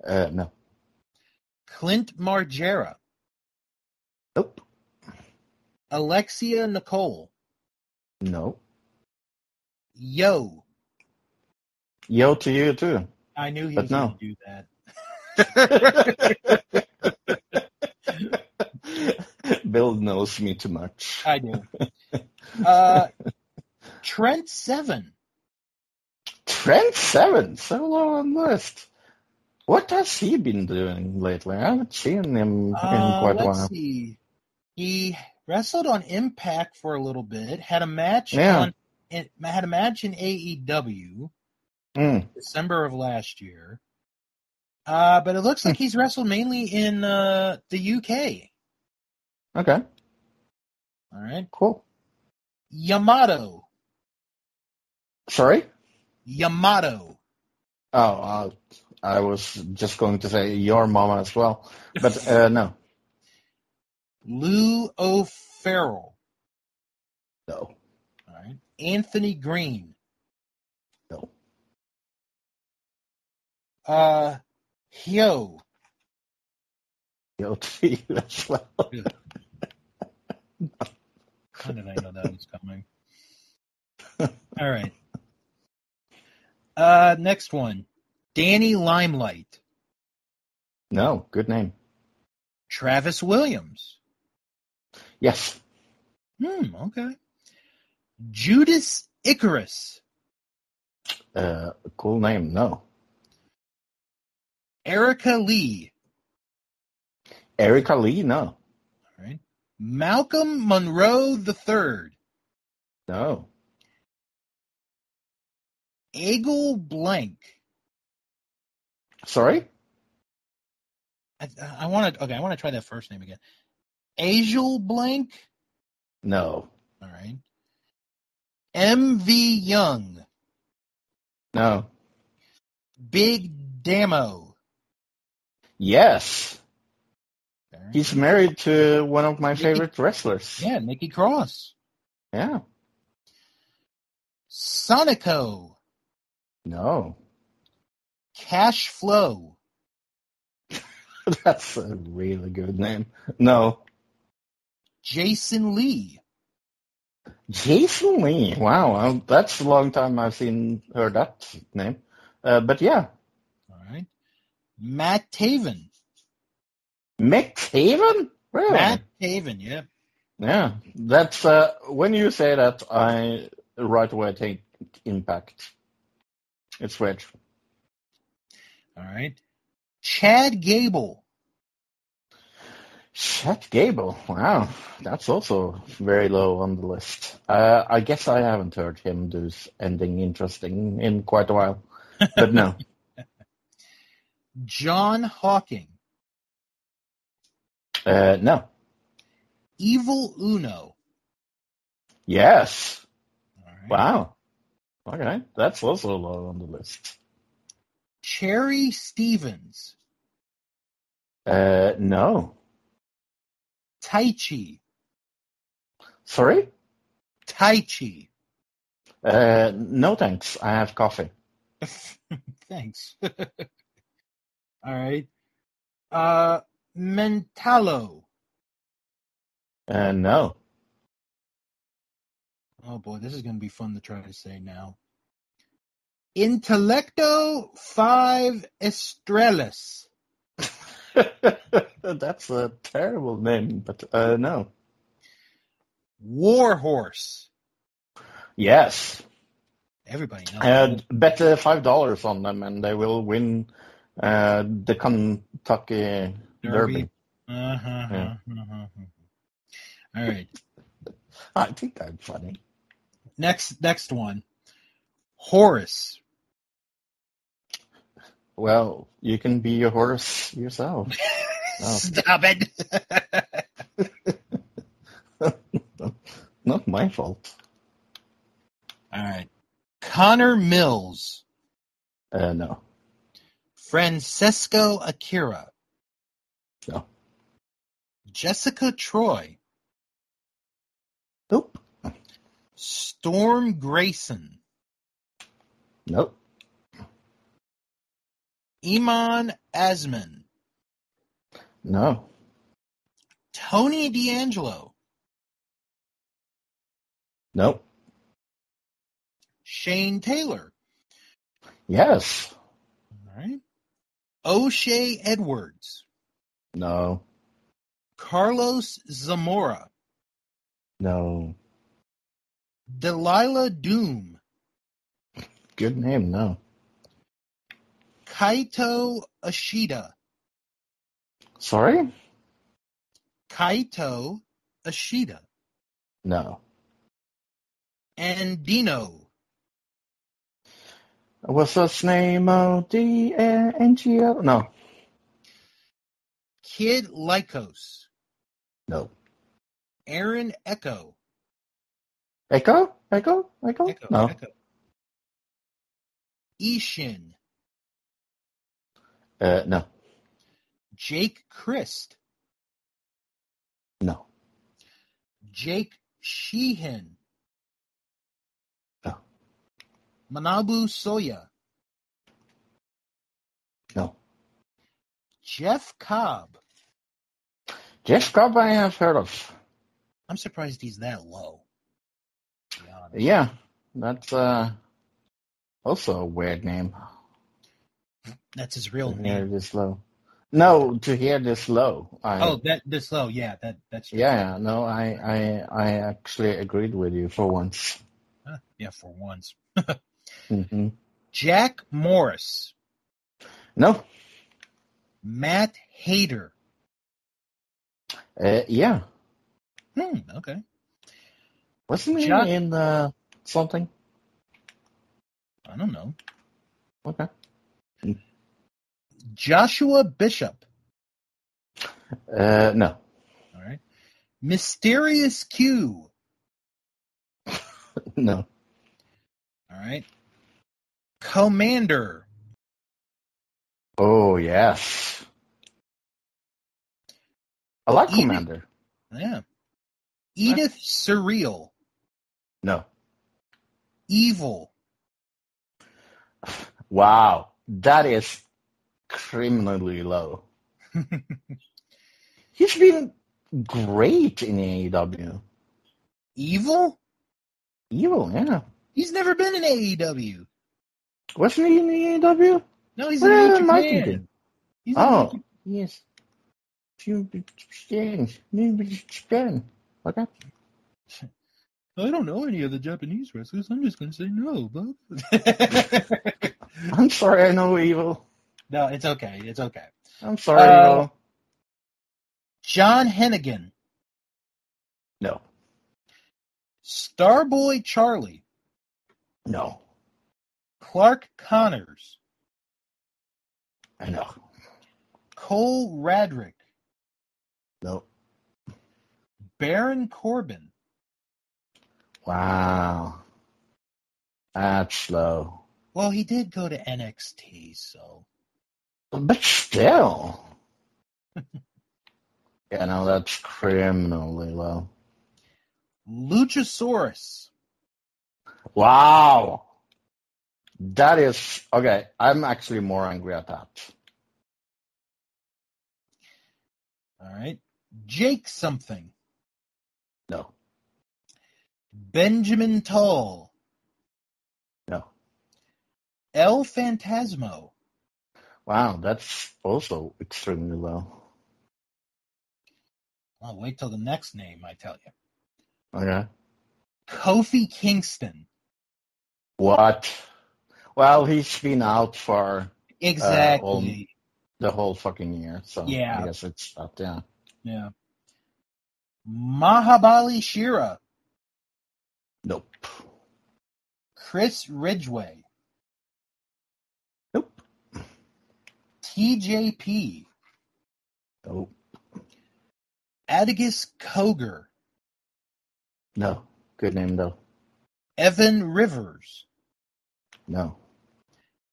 Speaker 2: Uh, no,
Speaker 1: Clint Margera,
Speaker 2: nope,
Speaker 1: Alexia Nicole,
Speaker 2: no.
Speaker 1: Yo.
Speaker 2: Yo to you too.
Speaker 1: I knew he
Speaker 2: But
Speaker 1: was
Speaker 2: no.
Speaker 1: going to do that.
Speaker 2: Bill knows me too much.
Speaker 1: I knew. Uh, Trent Seven.
Speaker 2: Trent Seven, so low on list. What has he been doing lately? I haven't seen him in
Speaker 1: Uh,
Speaker 2: quite a
Speaker 1: let's
Speaker 2: while.
Speaker 1: see. He wrestled on Impact for a little bit. Had a match
Speaker 2: Yeah.
Speaker 1: on. It had a match in AEW
Speaker 2: Mm,
Speaker 1: December of last year. Uh, but it looks
Speaker 2: Hmm.
Speaker 1: like he's wrestled mainly in uh, the UK.
Speaker 2: okay,
Speaker 1: All right,
Speaker 2: cool.
Speaker 1: Yamato,
Speaker 2: Sorry.
Speaker 1: Yamato.
Speaker 2: Oh, uh, I was just going to say your mama as well, but uh, no,
Speaker 1: Lou O'Farrell.
Speaker 2: no,
Speaker 1: All right, Anthony Green.
Speaker 2: no,
Speaker 1: Uh, Hyo.
Speaker 2: yo to you as well.
Speaker 1: How did I know that was coming? All right. Uh, next one. Danny Limelight,
Speaker 2: No, good name.
Speaker 1: Travis Williams.
Speaker 2: Yes,
Speaker 1: Hmm. Okay. Judas Icarus,
Speaker 2: uh, cool name. No,
Speaker 1: Erica Lee.
Speaker 2: Erica Lee. No,
Speaker 1: All right. Malcolm Monroe the Third,
Speaker 2: no,
Speaker 1: Eagle Blank.
Speaker 2: sorry.
Speaker 1: I, I want to. Okay, I want to try that first name again. Agil Blank.
Speaker 2: No,
Speaker 1: All right. M.V. Young,
Speaker 2: no.
Speaker 1: Big Damo.
Speaker 2: Yes,
Speaker 1: All right.
Speaker 2: he's married to one of my
Speaker 1: Nikki-
Speaker 2: favorite wrestlers.
Speaker 1: Yeah, Nikki Cross.
Speaker 2: Yeah.
Speaker 1: Sonico.
Speaker 2: No,
Speaker 1: Cash Flow.
Speaker 2: that's a really good name. No,
Speaker 1: Jason Lee.
Speaker 2: Jason Lee. Wow, um, that's a long time I've seen heard that name. Uh, but yeah,
Speaker 1: All right. Matt Taven.
Speaker 2: Mick Taven. Really?
Speaker 1: Matt Taven, yeah.
Speaker 2: Yeah, that's uh, when you say that, I right away think impact. It's weird.
Speaker 1: All right. Chad Gable.
Speaker 2: Chet Gable. Wow, that's also very low on the list. Uh, I guess I haven't heard him do s- anything interesting in quite a while. But no,
Speaker 1: John Hawking.
Speaker 2: uh, no,
Speaker 1: Evil Uno.
Speaker 2: yes,
Speaker 1: All right.
Speaker 2: wow, okay, that's also low on the list.
Speaker 1: Cherry Stevens.
Speaker 2: Uh, no,
Speaker 1: Tai Chi.
Speaker 2: sorry,
Speaker 1: Tai Chi.
Speaker 2: uh, no thanks. I have coffee.
Speaker 1: Thanks. All right. Uh, Mentalo.
Speaker 2: Uh, no,
Speaker 1: Oh boy, this is going to be fun to try to say now. Intellecto five estrellas.
Speaker 2: that's a terrible name, but uh, no,
Speaker 1: Warhorse.
Speaker 2: yes.
Speaker 1: Everybody knows.
Speaker 2: Uh, bet uh, five dollars on them, and they will win uh, the Kentucky Derby.
Speaker 1: Uh-huh, uh-huh,
Speaker 2: Yeah.
Speaker 1: uh-huh. All right.
Speaker 2: I think I'm funny.
Speaker 1: Next next one. Horace.
Speaker 2: Well, you can be a horse yourself. Oh.
Speaker 1: Stop it.
Speaker 2: Not my fault.
Speaker 1: All right. Connor Mills.
Speaker 2: Uh, no.
Speaker 1: Francesco Akira.
Speaker 2: No.
Speaker 1: Jessica Troy.
Speaker 2: Nope.
Speaker 1: Storm Grayson.
Speaker 2: Nope.
Speaker 1: Iman Asman.
Speaker 2: No.
Speaker 1: Tony D'Angelo.
Speaker 2: Nope.
Speaker 1: Shane Taylor.
Speaker 2: Yes.
Speaker 1: All right. O'Shea Edwards.
Speaker 2: No.
Speaker 1: Carlos Zamora.
Speaker 2: No.
Speaker 1: Delilah Doom.
Speaker 2: Good name. No.
Speaker 1: Kaito Ashida.
Speaker 2: Sorry.
Speaker 1: Kaito Ashida.
Speaker 2: No.
Speaker 1: And Dino.
Speaker 2: What's his name? Oh, D A N G O. No.
Speaker 1: Kid Lycos.
Speaker 2: No.
Speaker 1: Aaron Echo.
Speaker 2: Echo. Echo. Echo.
Speaker 1: Echo.
Speaker 2: no.
Speaker 1: Echo. Ishin.
Speaker 2: Uh, no.
Speaker 1: Jake Christ.
Speaker 2: No.
Speaker 1: Jake Sheehan.
Speaker 2: No.
Speaker 1: Manabu Soya.
Speaker 2: No.
Speaker 1: Jeff Cobb.
Speaker 2: Jeff Cobb, I have heard of.
Speaker 1: I'm surprised he's that low. to be honest.
Speaker 2: Yeah, that's uh, also a weird name.
Speaker 1: That's his real
Speaker 2: to hear
Speaker 1: name.
Speaker 2: this low. No, to hear this low. I,
Speaker 1: Oh, that this low. Yeah, that that's true.
Speaker 2: yeah. No, I, I, I actually agreed with you for once.
Speaker 1: Huh, yeah, for once.
Speaker 2: hmm
Speaker 1: Jack Morris,
Speaker 2: No.
Speaker 1: Matt Hayter.
Speaker 2: Uh, yeah.
Speaker 1: Hmm. Okay.
Speaker 2: Wasn't he
Speaker 1: Jack-
Speaker 2: in uh, something?
Speaker 1: I don't know.
Speaker 2: Okay.
Speaker 1: Joshua Bishop.
Speaker 2: Uh, no.
Speaker 1: All right. Mysterious Q.
Speaker 2: No.
Speaker 1: All right. Commander.
Speaker 2: Oh yes. I like
Speaker 1: Even-
Speaker 2: Commander.
Speaker 1: Yeah. Edith Surreal.
Speaker 2: No.
Speaker 1: Evil.
Speaker 2: Wow, that is criminally low. He's been great in E AEW.
Speaker 1: Evil?
Speaker 2: Evil, yeah.
Speaker 1: He's never been in E AEW.
Speaker 2: Wasn't he in the E AEW?
Speaker 1: No, he's
Speaker 2: Well,
Speaker 1: in New
Speaker 2: Mike
Speaker 1: Japan.
Speaker 2: did.
Speaker 1: He's in
Speaker 2: Oh,
Speaker 1: New
Speaker 2: yes. Few big change, new big change. Okay.
Speaker 1: I don't know any of the Japanese wrestlers. I'm just going to say no, Bob.
Speaker 2: I'm sorry, I know evil.
Speaker 1: no, it's okay. It's okay.
Speaker 2: I'm sorry,
Speaker 1: Uh,
Speaker 2: evil.
Speaker 1: John Hennigan,
Speaker 2: No,
Speaker 1: Starboy Charlie,
Speaker 2: no,
Speaker 1: Clark Connors,
Speaker 2: I know,
Speaker 1: Cole Radrick,
Speaker 2: no.
Speaker 1: Baron Corbin,
Speaker 2: Wow, that's low.
Speaker 1: Well, he did go to NXT, so
Speaker 2: But still. yeah, no, that's criminally low.
Speaker 1: Luchasaurus.
Speaker 2: Wow. That is okay. I'm actually more angry at that.
Speaker 1: All right. Jake something.
Speaker 2: No,
Speaker 1: Benjamin Tall.
Speaker 2: no.
Speaker 1: El Fantasmo.
Speaker 2: Wow, that's also extremely low.
Speaker 1: I'll wait till the next name, I tell you.
Speaker 2: Okay.
Speaker 1: Kofi Kingston.
Speaker 2: What? Well, he's been out for
Speaker 1: Exactly.
Speaker 2: the whole fucking year, so
Speaker 1: Yeah.
Speaker 2: I guess it's that. Yeah.
Speaker 1: yeah. Mahabali Shira,
Speaker 2: Nope.
Speaker 1: Chris Ridgway,
Speaker 2: Nope.
Speaker 1: TJP,
Speaker 2: Nope.
Speaker 1: Atticus Koger,
Speaker 2: No. Good name though.
Speaker 1: Evan Rivers,
Speaker 2: No.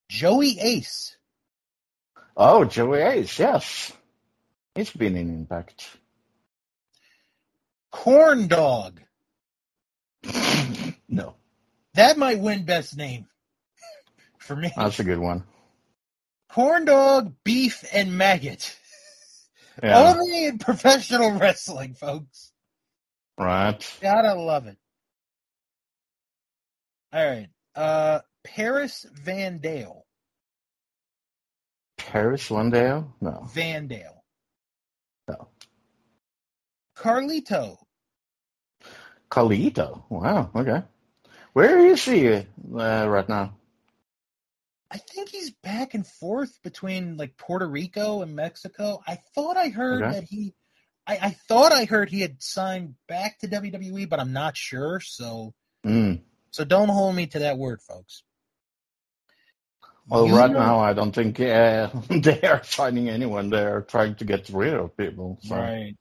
Speaker 1: Joey Ace,
Speaker 2: Oh, Joey Ace. Yes. He's been in Impact.
Speaker 1: Corn Dog.
Speaker 2: no.
Speaker 1: That might win best name for me.
Speaker 2: That's a good one.
Speaker 1: Corn Dog, Beef, and Maggot.
Speaker 2: Yeah.
Speaker 1: Only in professional wrestling, folks. Oh.
Speaker 2: Right.
Speaker 1: Gotta love it. All right. Uh Paris Vandale.
Speaker 2: Paris Lindale? No.
Speaker 1: Vandale.
Speaker 2: No.
Speaker 1: Carlito.
Speaker 2: Carlito. Wow. Okay. Where is he uh, right now?
Speaker 1: I think he's back and forth between like Puerto Rico and Mexico. I thought I heard
Speaker 2: Okay.
Speaker 1: that he I, I thought I heard he had signed back to WWE, but I'm not sure, so
Speaker 2: Mm.
Speaker 1: so don't hold me to that word, folks.
Speaker 2: Well,
Speaker 1: You
Speaker 2: right
Speaker 1: know-
Speaker 2: now, I don't think uh, they are signing anyone. They are trying to get rid of people. So.
Speaker 1: Right.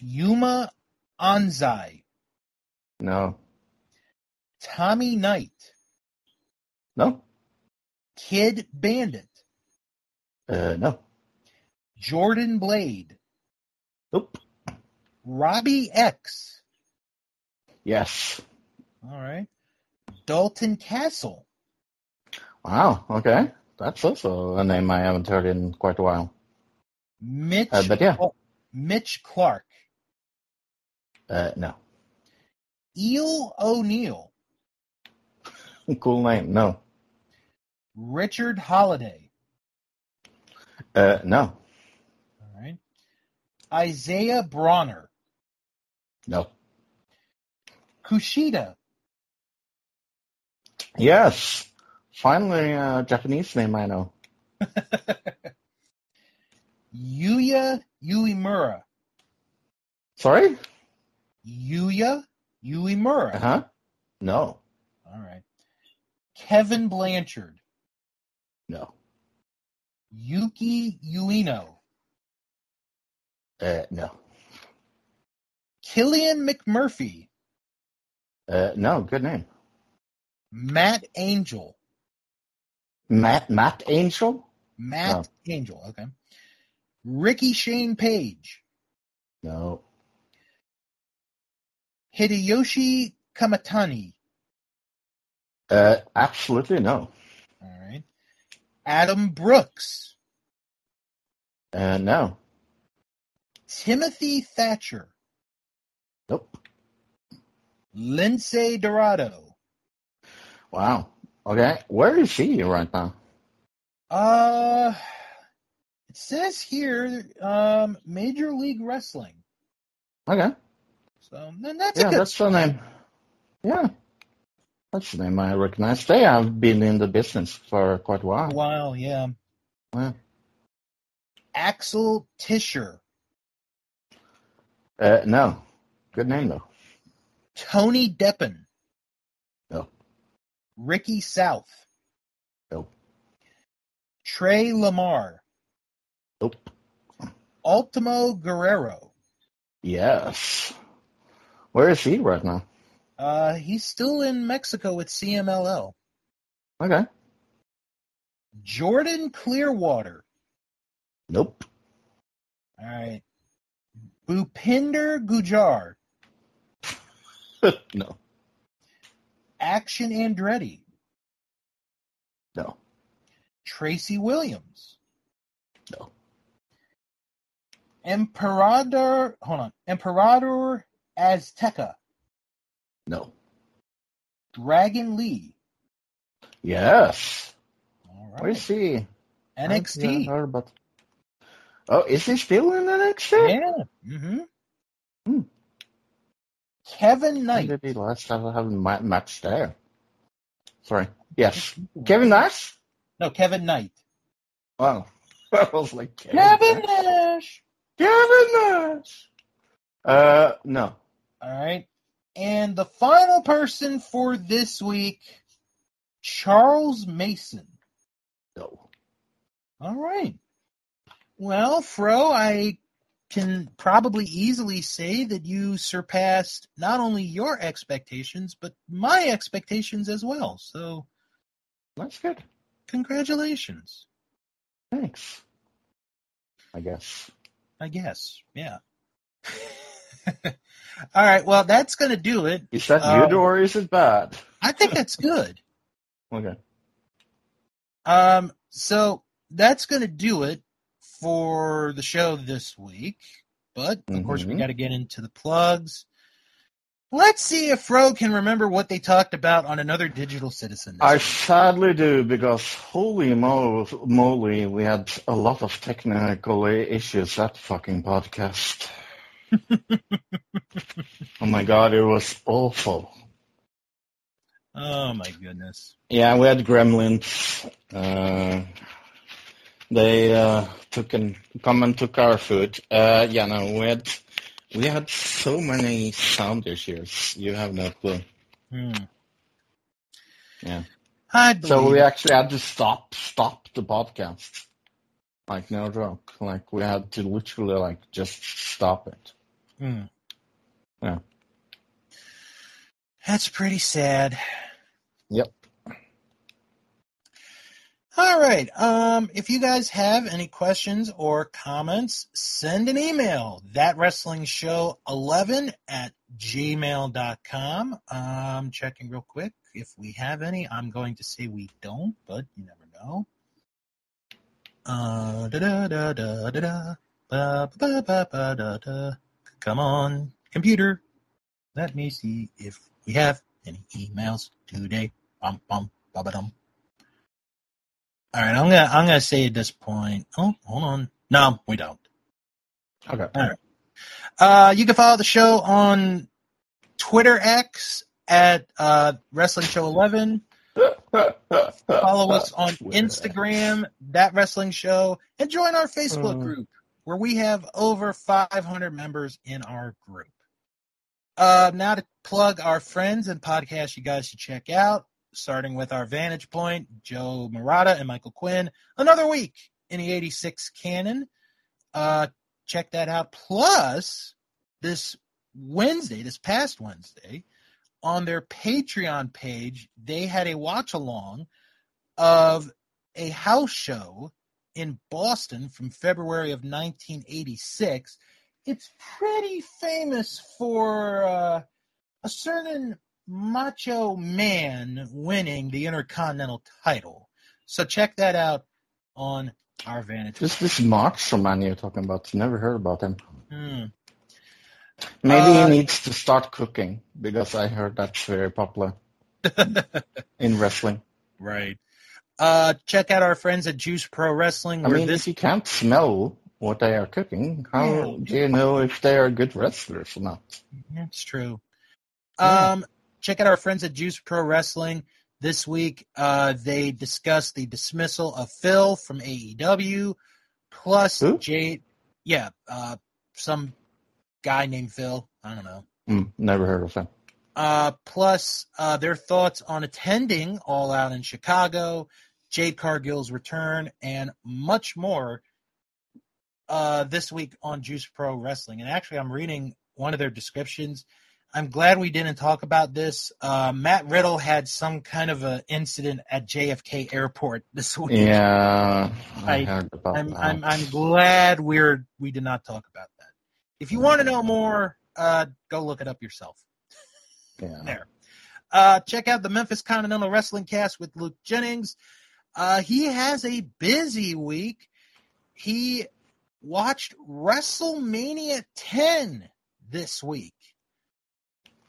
Speaker 1: Yuma Anzai,
Speaker 2: No.
Speaker 1: Tommy Knight,
Speaker 2: No.
Speaker 1: Kid Bandit,
Speaker 2: Uh, no.
Speaker 1: Jordan Blade,
Speaker 2: Nope.
Speaker 1: Robbie X.
Speaker 2: Yes.
Speaker 1: All right. Dalton Castle,
Speaker 2: Wow. Okay. That's also a name I haven't heard in quite a while.
Speaker 1: Mitch,
Speaker 2: Uh, but yeah.
Speaker 1: Mitch Clark,
Speaker 2: Uh, no.
Speaker 1: Eel O'Neill,
Speaker 2: Cool name. No.
Speaker 1: Richard Holiday.
Speaker 2: Uh, no.
Speaker 1: All right. Isaiah Bronner,
Speaker 2: No.
Speaker 1: Kushida,
Speaker 2: Yes. Finally, a Japanese name I know.
Speaker 1: Yuya Uemura,
Speaker 2: Sorry?
Speaker 1: Yuya Uemura.
Speaker 2: Uh huh. No.
Speaker 1: All right. Kevin Blanchard,
Speaker 2: No.
Speaker 1: Yuki Ueno,
Speaker 2: Uh, no.
Speaker 1: Killian McMurphy,
Speaker 2: Uh, no. Good name.
Speaker 1: Matt Angel,
Speaker 2: Matt Matt Angel?
Speaker 1: Matt
Speaker 2: Oh.
Speaker 1: Angel, okay. Ricky Shane Page,
Speaker 2: No.
Speaker 1: Hideyoshi Kamatani,
Speaker 2: Uh, absolutely no.
Speaker 1: all right. Adam Brooks,
Speaker 2: Uh, no.
Speaker 1: Timothy Thatcher,
Speaker 2: Nope.
Speaker 1: Lindsay Dorado.
Speaker 2: Wow. Okay. Where is he right now?
Speaker 1: Uh, it says here, um, Major League Wrestling.
Speaker 2: Okay.
Speaker 1: So then that's
Speaker 2: yeah,
Speaker 1: a good
Speaker 2: that's the name. Yeah. That's the name I recognize. They have been in the business for quite a while.
Speaker 1: Wow, yeah.
Speaker 2: Wow.
Speaker 1: Axel Tischer,
Speaker 2: Uh, no. Good name, though.
Speaker 1: Tony Deppen.
Speaker 2: No.
Speaker 1: Ricky South.
Speaker 2: No.
Speaker 1: Trey Lamar.
Speaker 2: Nope.
Speaker 1: Ultimo Guerrero.
Speaker 2: Yes. Where is he right now?
Speaker 1: Uh, he's still in Mexico with CMLL.
Speaker 2: Okay.
Speaker 1: Jordan Clearwater.
Speaker 2: Nope.
Speaker 1: All right. Bupinder Gujar.
Speaker 2: no.
Speaker 1: Action Andretti.
Speaker 2: No.
Speaker 1: Tracy Williams.
Speaker 2: No.
Speaker 1: Emperador, hold on, Emperador Azteca,
Speaker 2: No.
Speaker 1: Dragon Lee,
Speaker 2: Yes.
Speaker 1: all
Speaker 2: Where is
Speaker 1: right,
Speaker 2: he? I
Speaker 1: NXT,
Speaker 2: heard about- Oh, is he still in NXT?
Speaker 1: yeah, mm-hmm.
Speaker 2: Hmm.
Speaker 1: Kevin
Speaker 2: When
Speaker 1: Knight,
Speaker 2: did he last have, have a ma- match there? Sorry. Yes. Kevin Nash?
Speaker 1: no, Kevin Knight,
Speaker 2: Wow. I was like, Kevin
Speaker 1: Kevin Nash,
Speaker 2: Nash? Kevin Nash! Uh, no.
Speaker 1: All right. And the final person for this week, Charles Mason.
Speaker 2: No.
Speaker 1: All right. Well, Fro, I can probably easily say that you surpassed not only your expectations, but my expectations as well. So,
Speaker 2: That's good.
Speaker 1: congratulations,
Speaker 2: Thanks. I guess.
Speaker 1: I guess. Yeah. All right. Well, that's going to do it.
Speaker 2: Is that
Speaker 1: Um,
Speaker 2: good or is it bad?
Speaker 1: I think that's good.
Speaker 2: Okay.
Speaker 1: Um, so that's going to do it for the show this week. But of course, we
Speaker 2: Mhm.
Speaker 1: got to get into the plugs. Let's see if Fro can remember what they talked about on another Digital Citizen. this
Speaker 2: I
Speaker 1: week.
Speaker 2: sadly do because holy mo- moly, we had a lot of technical issues that fucking podcast. oh my god, it was awful.
Speaker 1: oh my goodness!
Speaker 2: Yeah, we had gremlins. Uh, they uh, took and come and took our food. Uh, yeah, no, we had we had so many sound issues. You have no clue.
Speaker 1: Hmm.
Speaker 2: Yeah.
Speaker 1: I believe.
Speaker 2: So we
Speaker 1: it.
Speaker 2: actually had to stop stop the podcast. Like no joke. Like we had to literally like just stop it.
Speaker 1: Hmm.
Speaker 2: Yeah.
Speaker 1: That's pretty sad.
Speaker 2: Yep.
Speaker 1: All right. Um, if you guys have any questions or comments, send an email. That wrestling show 11 at gmail.com. Um, checking real quick if we have any. I'm going to say we don't, but you never know. Uh, da da da da da da. Ba ba ba ba da da. Come on, computer. Let me see if we have any emails today. Bum bum ba ba dum. All right, I'm gonna I'm gonna say at this point. Oh, hold on. No, we don't.
Speaker 2: Okay.
Speaker 1: Uh, you can follow the show on Twitter X at uh, Wrestling Show Eleven. Follow us on
Speaker 2: Twitter X.
Speaker 1: Instagram, that Wrestling Show, and join our Facebook
Speaker 2: Mm.
Speaker 1: group where we have over 500 members in our group. Uh, now to plug our friends and podcasts you guys should check out, starting with our Vantage Point, Joe Murata and Michael Quinn. Another week in the 86 canon. Uh, check that out. Plus, this Wednesday, this past Wednesday, on their Patreon page, they had a watch along of a house show in Boston from February of 1986. It's pretty famous for uh, a certain macho man winning the Intercontinental title. So check that out on our Vantage.
Speaker 2: Just this macho man you're talking about. Never heard about him.
Speaker 1: Hmm.
Speaker 2: Maybe
Speaker 1: Uh,
Speaker 2: he needs to start cooking because I heard that's very popular in wrestling.
Speaker 1: Right. Uh, check out our friends at Juice Pro Wrestling.
Speaker 2: I
Speaker 1: where
Speaker 2: mean, if you can't smell what they are cooking, how
Speaker 1: Yeah.
Speaker 2: do you know if they are good wrestlers or not?
Speaker 1: That's true.
Speaker 2: Yeah.
Speaker 1: Um, check out our friends at Juice Pro Wrestling this week. Uh, they discussed the dismissal of Phil from AEW, plus
Speaker 2: Who?
Speaker 1: Jade. Yeah, uh, some guy named Phil. I don't know.
Speaker 2: Mm, never heard of them.
Speaker 1: Uh, plus uh, their thoughts on attending All Out in Chicago, Jade Cargill's return, and much more uh, this week on Juice Pro Wrestling. And actually, I'm reading one of their descriptions. I'm glad we didn't talk about this. Uh, Matt Riddle had some kind of an incident at JFK Airport this week.
Speaker 2: Yeah, I,
Speaker 1: I-
Speaker 2: heard about
Speaker 1: I'm,
Speaker 2: that.
Speaker 1: I'm I'm glad we're we did not talk about that. If you want to know more, uh, go look it up yourself.
Speaker 2: yeah.
Speaker 1: there. Uh, check out the Memphis Continental Wrestling Cast with Luke Jennings. Uh, he has a busy week. He watched WrestleMania 10 this week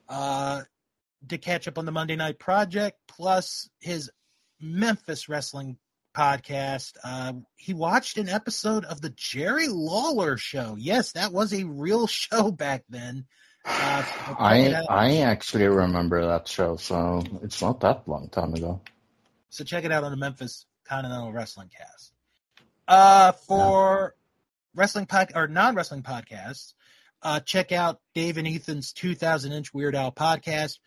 Speaker 1: uh, to catch up on the Monday Night Project, plus his Memphis Wrestling podcast. Uh, he watched an episode of the Jerry Lawler Show. Yes, that was a real show back then. Uh,
Speaker 2: I I actually remember that show, so it's not that long time ago.
Speaker 1: So check it out on the Memphis Continental Wrestling Cast. Uh, for wrestling pod or non wrestling podcasts, uh, check out Dave and Ethan's 2000 Inch Weird Al podcast,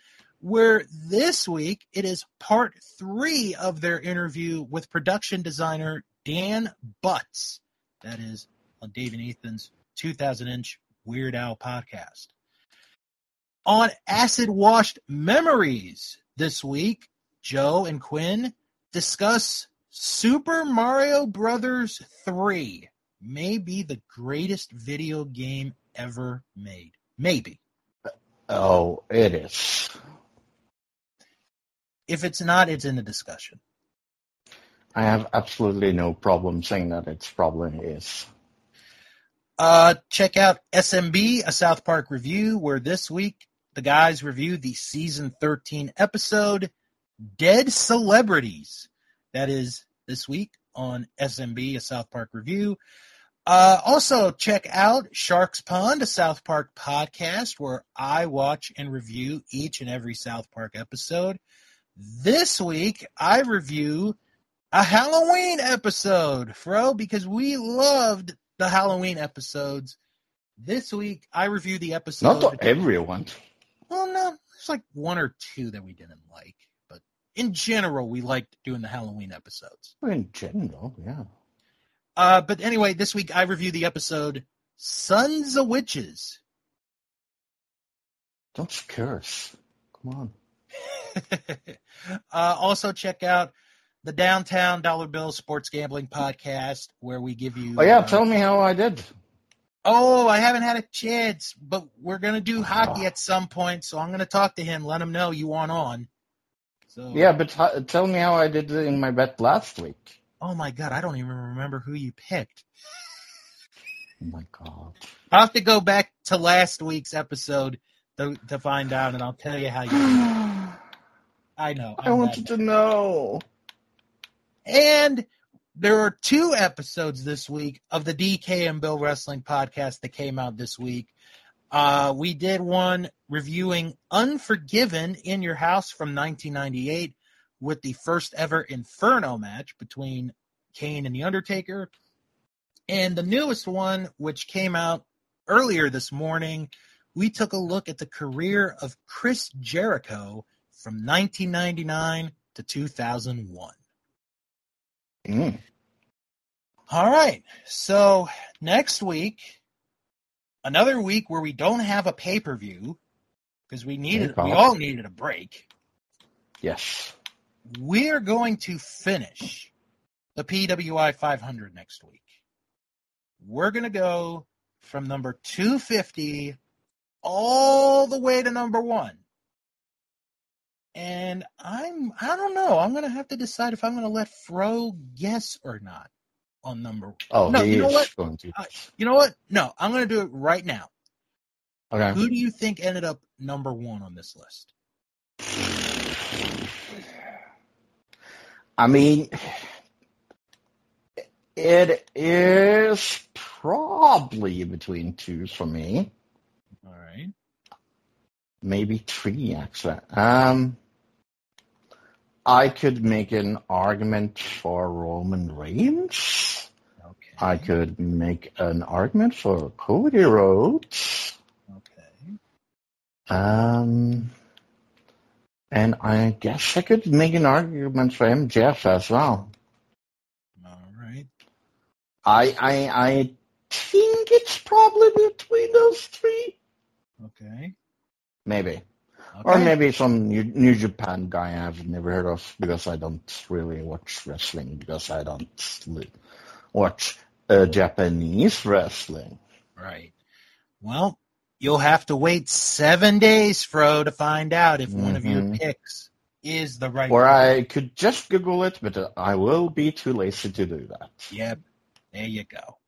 Speaker 1: where this week it is part three of their interview with production designer Dan Butts. That is on Dave and Ethan's 2000 Inch Weird Al podcast. On Acid Washed Memories this week, Joe and Quinn discuss Super Mario Brothers 3 may be the greatest video game ever made. Maybe.
Speaker 2: Oh, it is.
Speaker 1: If it's not, it's in the discussion.
Speaker 2: I have absolutely no problem saying that it's probably is.
Speaker 1: Uh, check out SMB, a South Park review, where this week the guys reviewed the season 13 episode Dead Celebrities. That is this week on SMB, a South Park review. Uh, also, check out Sharks Pond, a South Park podcast where I watch and review each and every South Park episode. This week, I review a Halloween episode, Fro, because we loved the Halloween episodes. This week, I review the episode.
Speaker 2: Not to everyone.
Speaker 1: Well, no, there's like one or two that we didn't like, but in general, we liked doing the Halloween episodes.
Speaker 2: In general, yeah.
Speaker 1: Uh, but anyway, this week I review the episode Sons of Witches.
Speaker 2: Don't curse. Come on.
Speaker 1: uh, also, check out the Downtown Dollar Bill Sports Gambling Podcast, where we give you.
Speaker 2: Oh yeah,
Speaker 1: uh,
Speaker 2: tell me how I did.
Speaker 1: Oh, I haven't had a chance, but we're gonna do hockey
Speaker 2: Ah.
Speaker 1: at some point, so I'm gonna talk to him, let him know you want on. So
Speaker 2: Yeah, but ho- tell me how I did in my bet last week.
Speaker 1: Oh my god, I don't even remember who you picked.
Speaker 2: Oh my god.
Speaker 1: I'll have to go back to last week's episode to, to find out, and I'll tell you how you.
Speaker 2: I
Speaker 1: I know. I'm
Speaker 2: wanted
Speaker 1: that-
Speaker 2: to know.
Speaker 1: And there are two episodes this week of the DK and Bill Wrestling podcast that came out this week. Uh, we did one reviewing Unforgiven in Your House from 1998 with the first ever Inferno match between Kane and The Undertaker. And the newest one, which came out earlier this morning, we took a look at the career of Chris Jericho from 1999 to 2001.
Speaker 2: Mm.
Speaker 1: All right. So next week, another week where we don't have a pay per view because we needed, we
Speaker 2: problem.
Speaker 1: all needed a break.
Speaker 2: Yes.
Speaker 1: We are going to finish the PWI 500 next week. We're going to go from number 250 all the way to number one. And I'm, I don't know. I'm going to have to decide if I'm going to let Fro guess or not on number
Speaker 2: Oh,
Speaker 1: No,
Speaker 2: he
Speaker 1: you know
Speaker 2: is
Speaker 1: what?
Speaker 2: going to.
Speaker 1: Uh, You know what? No, I'm going to do it right now.
Speaker 2: Okay.
Speaker 1: Who do you think ended up number one on this list?
Speaker 2: I mean, it is probably between two for me,
Speaker 1: All right.
Speaker 2: maybe three actually. Um, I could make an argument for Roman Reigns.
Speaker 1: Okay.
Speaker 2: I could make an argument for Cody Rhodes.
Speaker 1: Okay.
Speaker 2: Um, and I guess I could make an argument for MJF as well.
Speaker 1: All right.
Speaker 2: I I I think it's probably between those three,
Speaker 1: Okay.
Speaker 2: maybe,
Speaker 1: okay.
Speaker 2: or maybe some New, New Japan guy I've never heard of because I don't really watch wrestling because I don't li- watch uh, Japanese wrestling.
Speaker 1: Right. Well, you'll have to wait seven days, Fro, to find out if one of your
Speaker 2: Mhm.
Speaker 1: picks is the right
Speaker 2: Or
Speaker 1: one.
Speaker 2: I could just Google it, but uh, I will be too lazy to do that.
Speaker 1: Yep. There you go.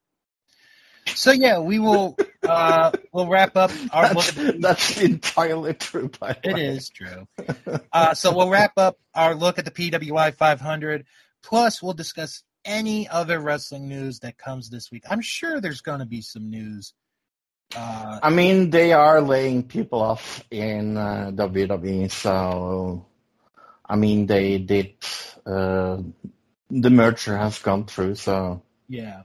Speaker 1: So yeah, we will uh we'll wrap up our
Speaker 2: That's, that's entirely true. By the
Speaker 1: It
Speaker 2: way.
Speaker 1: is true. Uh, so we'll wrap up our look at the PWI 500. Plus, we'll discuss any other wrestling news that comes this week. I'm sure there's going to be some news. Uh,
Speaker 2: I mean, they are laying people off in uh, WWE, so I mean, they did. Uh, the merger has gone through, so
Speaker 1: yeah.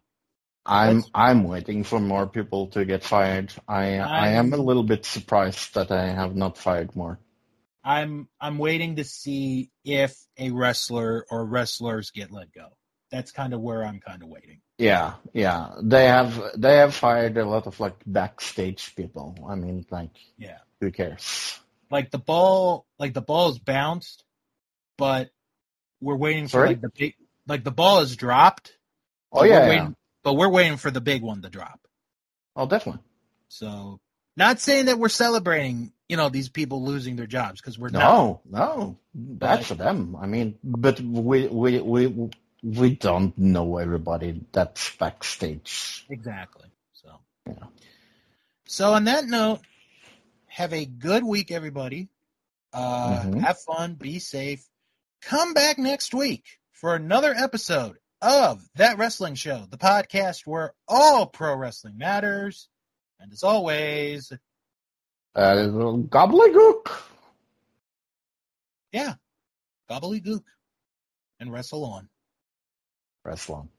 Speaker 2: I'm
Speaker 1: That's-
Speaker 2: I'm waiting for more people to get fired. I I am a little bit surprised that I have not fired more.
Speaker 1: I'm I'm waiting to see if a wrestler or wrestlers get let go. That's kind of where I'm kind of waiting.
Speaker 2: Yeah, yeah. They have they have fired a lot of like backstage people. I mean, like
Speaker 1: Yeah.
Speaker 2: who cares?
Speaker 1: Like the ball like the ball's bounced, but we're waiting for
Speaker 2: Sorry?
Speaker 1: like the big like the ball is dropped.
Speaker 2: Oh
Speaker 1: but
Speaker 2: yeah,
Speaker 1: we're
Speaker 2: yeah.
Speaker 1: waiting- but we're waiting for the big one to drop.
Speaker 2: Oh definitely.
Speaker 1: So not saying that we're celebrating, you know, these people losing their jobs because we're not.
Speaker 2: No, no. Bad for them. I mean, but we we we we don't know everybody that's backstage.
Speaker 1: Exactly. So.
Speaker 2: Yeah.
Speaker 1: So on that note, have a good week, everybody. Uh,
Speaker 2: Mhm.
Speaker 1: Have fun. Be safe. Come back next week for another episode of That Wrestling Show, the podcast where all pro wrestling matters. And as always,
Speaker 2: Uh, gobbledygook.
Speaker 1: yeah, gobbledygook and wrestle on.
Speaker 2: Wrestling.